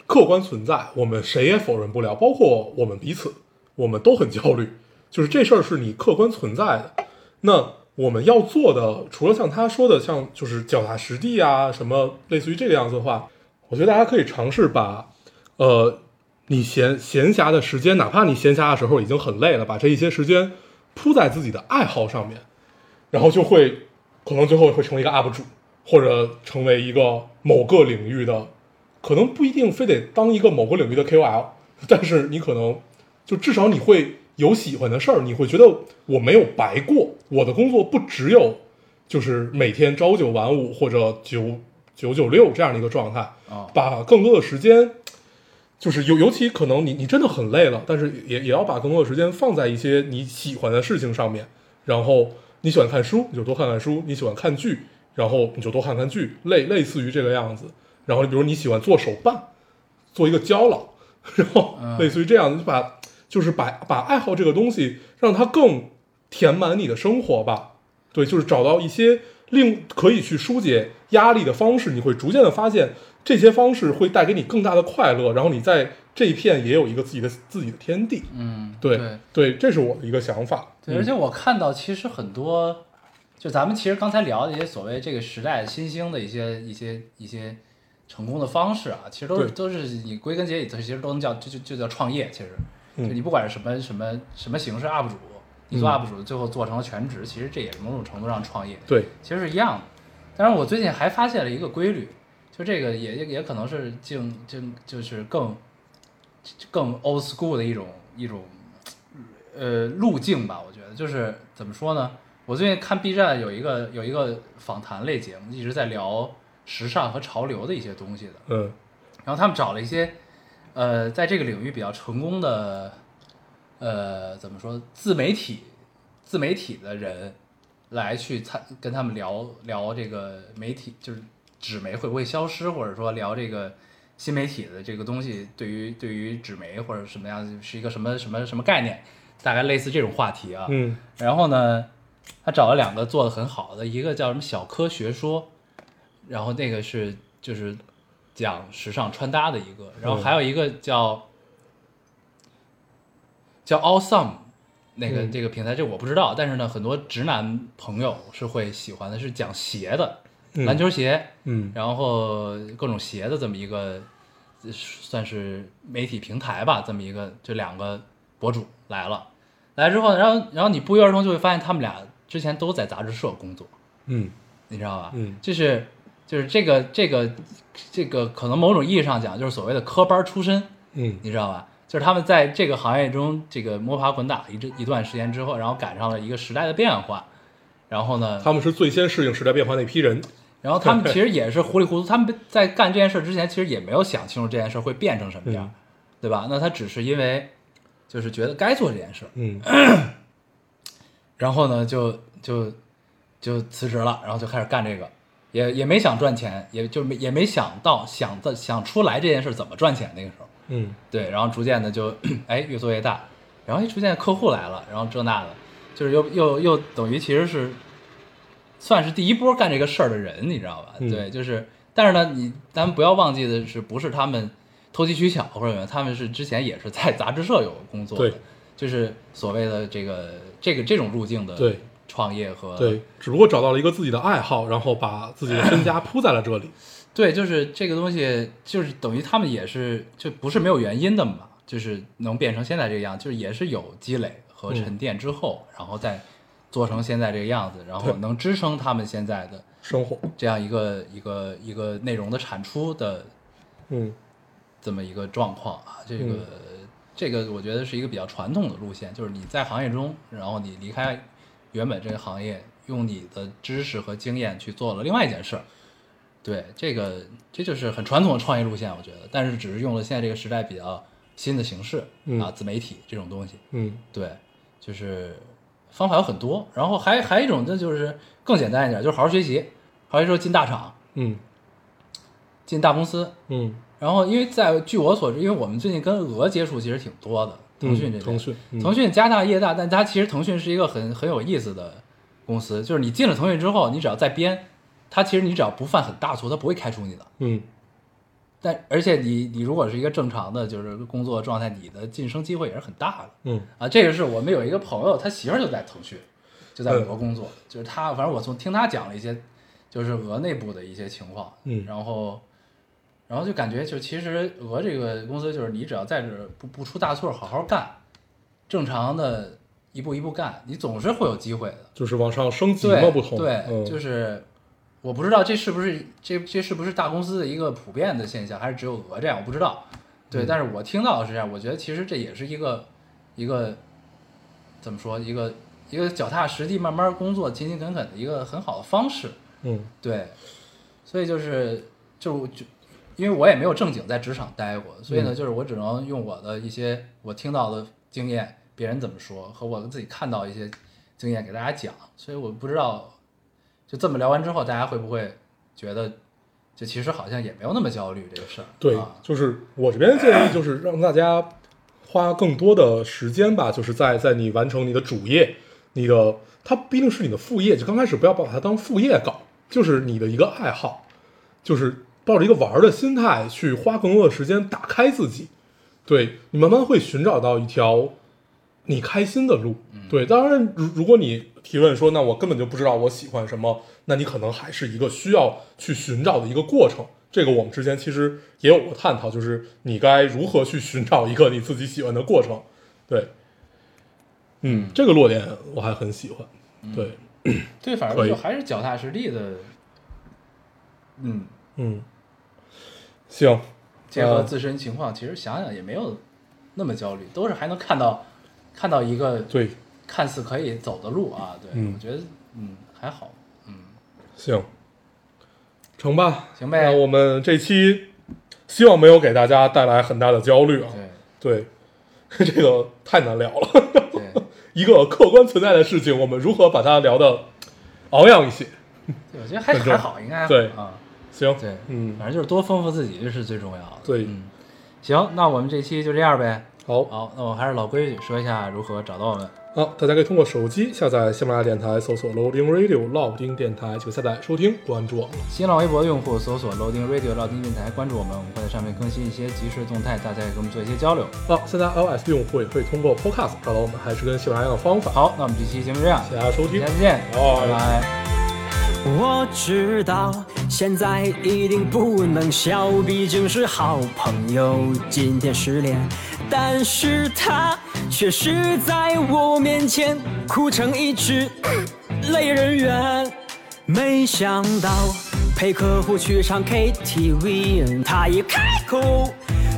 Speaker 2: 客观存在，我们谁也否认不了，包括我们彼此，我们都很焦虑。就是这事儿是你客观存在的，那我们要做的，除了像他说的，像就是脚踏实地啊，什么类似于这个样子的话，我觉得大家可以尝试把，呃，你闲闲暇的时间，哪怕你闲暇的时候已经很累了，把这一些时间扑在自己的爱好上面，然后就会可能最后会成为一个 UP 主，或者成为一个某个领域的，可能不一定非得当一个某个领域的 KOL，但是你可能就至少你会有喜欢的事儿，你会觉得我没有白过，我的工作不只有就是每天朝九晚五或者九九九六这样的一个状态，
Speaker 1: 哦
Speaker 2: 把更多的时间。就是尤尤其可能你你真的很累了，但是也也要把更多的时间放在一些你喜欢的事情上面。然后你喜欢看书，你就多看看书；你喜欢看剧，然后你就多看看剧，类类似于这个样子。然后比如你喜欢做手办，做一个胶囊， 然后
Speaker 1: 嗯
Speaker 2: 类似于这样，你把就是把把爱好这个东西让它更填满你的生活吧。对，就是找到一些令可以去疏解压力的方式，你会逐渐的发现这些方式会带给你更大的快乐，然后你在这一片也有一个自己的自己的天地。
Speaker 1: 嗯，
Speaker 2: 对
Speaker 1: 对
Speaker 2: 对，这是我的一个想法。
Speaker 1: 对，而且我看到其实很多，就咱们其实刚才聊的一些所谓这个时代新兴的一些一些一些成功的方式啊，其实都是
Speaker 2: 对
Speaker 1: 都是你归根结底，它其实都能叫就就就叫创业。其实，
Speaker 2: 嗯
Speaker 1: 就你不管是什么什么什么形式 UP 主，你做
Speaker 2: 嗯
Speaker 1: UP 主最后做成了全职，其实这也是某种程度上创业。
Speaker 2: 对，
Speaker 1: 其实是一样的。但是我最近还发现了一个规律，就这个也也也可能是竟竟就是更更 old school 的一种一种呃路径吧，我觉得就是怎么说呢？我最近看 B 站有一个有一个访谈类节目，一直在聊时尚和潮流的一些东西的，
Speaker 2: 嗯
Speaker 1: 然后他们找了一些呃在这个领域比较成功的呃怎么说自媒体自媒体的人来去参跟他们聊聊这个媒体就是纸媒会不会消失，或者说聊这个新媒体的这个东西对于对于纸媒或者什么样是一个什么什么什么概念，大概类似这种话题啊。
Speaker 2: 嗯
Speaker 1: 然后呢，他找了两个做的很好的，一个叫什么小科学说，然后那个是就是讲时尚穿搭的一个，然
Speaker 2: 嗯
Speaker 1: 后还有一个叫、叫 Awesome 那个、
Speaker 2: 嗯
Speaker 1: 这个平台，这我不知道，但是呢，很多直男朋友是会喜欢的，是讲鞋的，
Speaker 2: 嗯
Speaker 1: 篮球鞋，
Speaker 2: 嗯
Speaker 1: 然后各种鞋的这么一个，呃算是媒体平台吧，这么一个，这两个博主来了，来之后，然后然后你不约而同就会发现他们俩之前都在杂志社工作，
Speaker 2: 嗯
Speaker 1: 你知道吧？
Speaker 2: 嗯
Speaker 1: 就是就是这个这个这个可能某种意义上讲就是所谓的科班出身，
Speaker 2: 嗯
Speaker 1: 你知道吧？就是他们在这个行业中这个摸爬滚打一阵一段时间之后，然后赶上了一个时代的变化，然后呢，
Speaker 2: 他们是最先适应时代变化那批人。
Speaker 1: 然后他们其实也是糊里糊涂，他们在干这件事之前，其实也没有想清楚这件事会变成什么样，
Speaker 2: 嗯
Speaker 1: 对吧？那他只是因为就是觉得该做这件事，
Speaker 2: 嗯
Speaker 1: 然后呢就就就辞职了，然后就开始干这个，也也没想赚钱，也就没也没想到想的想出来这件事怎么赚钱那个时候，
Speaker 2: 嗯
Speaker 1: 对，然后逐渐的就 哎越做越大，然后哎逐渐客户来了，然后这那的，就是又又又等于其实是算是第一波干这个事儿的人，你知道吧？
Speaker 2: 嗯
Speaker 1: 对，就是但是呢，你咱们不要忘记的是，不是他们投机取巧或者什么，他们是之前也是在杂志社有工作的
Speaker 2: 对，
Speaker 1: 就是所谓的这个这个这种路径的
Speaker 2: 对
Speaker 1: 创业和
Speaker 2: 对，只不过找到了一个自己的爱好，然后把自己的身家铺在了 这里。
Speaker 1: 对，就是这个东西，就是等于他们也是就不是没有原因的嘛，就是能变成现在这个样，就是也是有积累和沉淀之后，然后再做成现在这个样子，然后
Speaker 2: 对
Speaker 1: 能支撑他们现在的
Speaker 2: 生活，
Speaker 1: 这样一个一个一个内容的产出的
Speaker 2: 嗯
Speaker 1: 这么一个状况啊，这个、这个我觉得是一个比较传统的路线，就是你在行业中，然后你离开原本这个行业，用你的知识和经验去做了另外一件事儿。对，这个这就是很传统的创业路线，我觉得，但是只是用了现在这个时代比较新的形式、
Speaker 2: 嗯
Speaker 1: 啊，自媒体这种东西。
Speaker 2: 嗯
Speaker 1: 对，就是方法有很多，然后还还有一种，那就是更简单一点，就是好好学习，好好说进大厂、
Speaker 2: 嗯
Speaker 1: 进大公司，
Speaker 2: 嗯
Speaker 1: 然后，因为在据我所知，因为我们最近跟俄接触其实挺多的，腾讯这边、
Speaker 2: 腾讯嗯
Speaker 1: 腾讯家大业大，但它其实腾讯是一个很很有意思的公司，就是你进了腾讯之后，你只要在编，它其实你只要不犯很大错，它不会开除你的。
Speaker 2: 嗯
Speaker 1: 但而且你你如果是一个正常的就是工作状态，你的晋升机会也是很大的。
Speaker 2: 嗯
Speaker 1: 啊，这个是我们有一个朋友，他媳妇儿就在腾讯，就在美国工作，就是他，反正我从听他讲了一些，就是俄内部的一些情况，
Speaker 2: 嗯
Speaker 1: 然后，然后就感觉就其实俄这个公司就是你只要在这儿不不出大错儿，好好干，正常的一步一步干，你总是会有机会的。
Speaker 2: 就是往上升级
Speaker 1: 对
Speaker 2: 嘛，不同。
Speaker 1: 对，
Speaker 2: 嗯、
Speaker 1: 就是我不知道这是不是这这是不是大公司的一个普遍的现象，还是只有俄这样，我不知道。
Speaker 2: 嗯
Speaker 1: 对，但是我听到的是这样，我觉得其实这也是一个一个怎么说一个一个脚踏实地、慢慢工作、勤勤恳恳的一个很好的方式。
Speaker 2: 嗯
Speaker 1: 对，所以就是就就因为我也没有正经在职场待过，所以呢，就是我只能用我的一些我听到的经验，别人怎么说和我自己看到一些经验给大家讲，所以我不知道就这么聊完之后，大家会不会觉得就其实好像也没有那么焦虑这个事儿，
Speaker 2: 对
Speaker 1: 啊，
Speaker 2: 就是我这边建议就是让大家花更多的时间吧，就是在在你完成你的主业，你的它不一定是你的副业，就刚开始不要把它当副业搞，就是你的一个爱好，就是抱着一个玩儿的心态去花更多的时间打开自己，对你慢慢会寻找到一条你开心的路。对，当然，如如果你提问说，那我根本就不知道我喜欢什么，那你可能还是一个需要去寻找的一个过程。这个我们之前其实也有过探讨，就是你该如何去寻找一个你自己喜欢的过程。对，嗯，这个落点我还很喜欢。对，
Speaker 1: 对，反
Speaker 2: 可
Speaker 1: 正
Speaker 2: 以
Speaker 1: 就还是脚踏实地的，嗯，
Speaker 2: 嗯，行，
Speaker 1: 结合
Speaker 2: 呃
Speaker 1: 自身情况，其实想想也没有那么焦虑，都是还能看到看到一个
Speaker 2: 对，
Speaker 1: 看似可以走的路啊。对，
Speaker 2: 嗯
Speaker 1: 我觉得嗯还好，
Speaker 2: 行，成吧，
Speaker 1: 行呗
Speaker 2: 那我们这期希望没有给大家带来很大的焦虑啊。
Speaker 1: 对
Speaker 2: 对， 这个太难聊了。
Speaker 1: 对
Speaker 2: 一个客观存在的事情，我们如何把它聊的昂扬一些？
Speaker 1: 对，我觉得还
Speaker 2: 很重要
Speaker 1: 还好，应该还好
Speaker 2: 对
Speaker 1: 啊，
Speaker 2: 行，
Speaker 1: 对，
Speaker 2: 嗯
Speaker 1: 反正就是多丰富自己这是最重要的。
Speaker 2: 对
Speaker 1: 嗯，行，那我们这期就这样呗。
Speaker 2: 好，
Speaker 4: 好，那我还是老规矩，说一下如何找到我们。
Speaker 2: 好，大家可以通过手机下载喜马拉雅电台，搜索 Loading Radio 老丁电台，就下载收听，关注我们。
Speaker 4: 新浪微博用户搜索 Loading Radio 老丁电台，关注我们，我们会在上面更新一些即时动态，大家也跟我们做一些交流。
Speaker 2: 好，啊现在 iOS 用户也可以通过 Podcast 找到我们，还是跟喜马拉雅的方法。
Speaker 4: 好，那我们这期节目就这样，
Speaker 2: 谢谢大家收
Speaker 4: 大
Speaker 2: 听
Speaker 4: 家。再见，
Speaker 2: 哦
Speaker 4: 拜拜。
Speaker 5: 我知道现在一定不能笑，毕竟是好朋友，今天失联，但是他却是在我面前哭成一只 泪人猿。没想到陪客户去唱 KTV，他一开口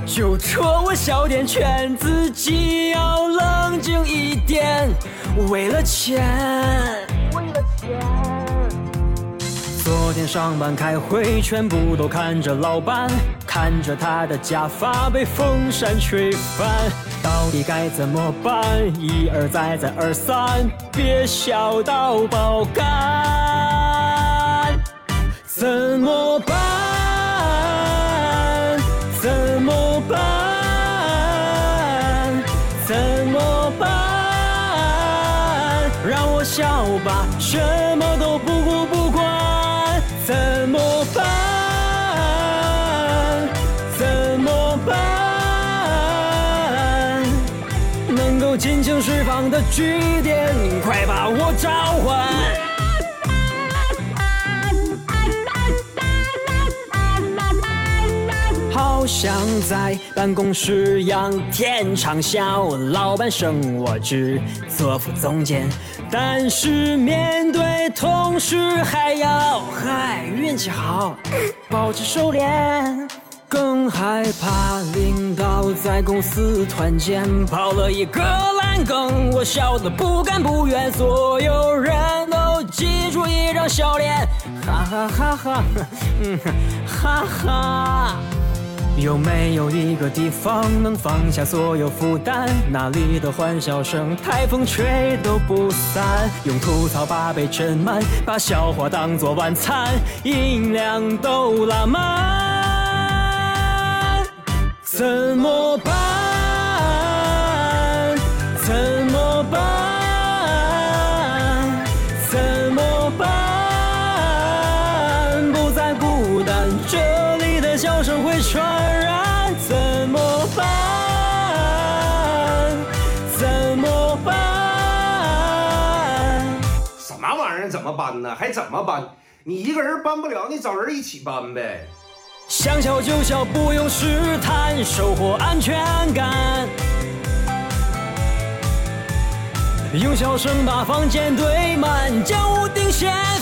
Speaker 5: 就戳我笑点，劝自己要冷静一点，为了钱。昨天上班开会，全部都看着老板，看着他的假发被风扇吹翻，到底该怎么办？一而再，再而三，别笑到爆肝。怎么办？怎么办？怎么办？让我笑吧，什么都不顾不管。怎么办？怎么办？能够尽情释放的句点，快把我召唤。好想在办公室仰天长啸，老板升我只做副总监，但是面对同事还要嗨运气好，保持收敛。更害怕领导在公司团建跑了一个烂梗，我笑得不甘不愿，所有人都挤出一张笑脸，哈哈哈哈，嗯，哈哈。有没有一个地方能放下所有负担？那里的欢笑声，台风吹都不散。用吐槽把杯斟满，把笑话当作晚餐，音量都拉满。怎么办？怎么办？怎么办？不再孤单，这里的笑声会传染。怎么办？怎么办？
Speaker 6: 什么玩意儿？怎么搬呢？还怎么搬？你一个人搬不了，你找人一起搬呗。
Speaker 5: 想笑就笑，不用试探，收获安全感。用笑声把房间堆满，将屋顶掀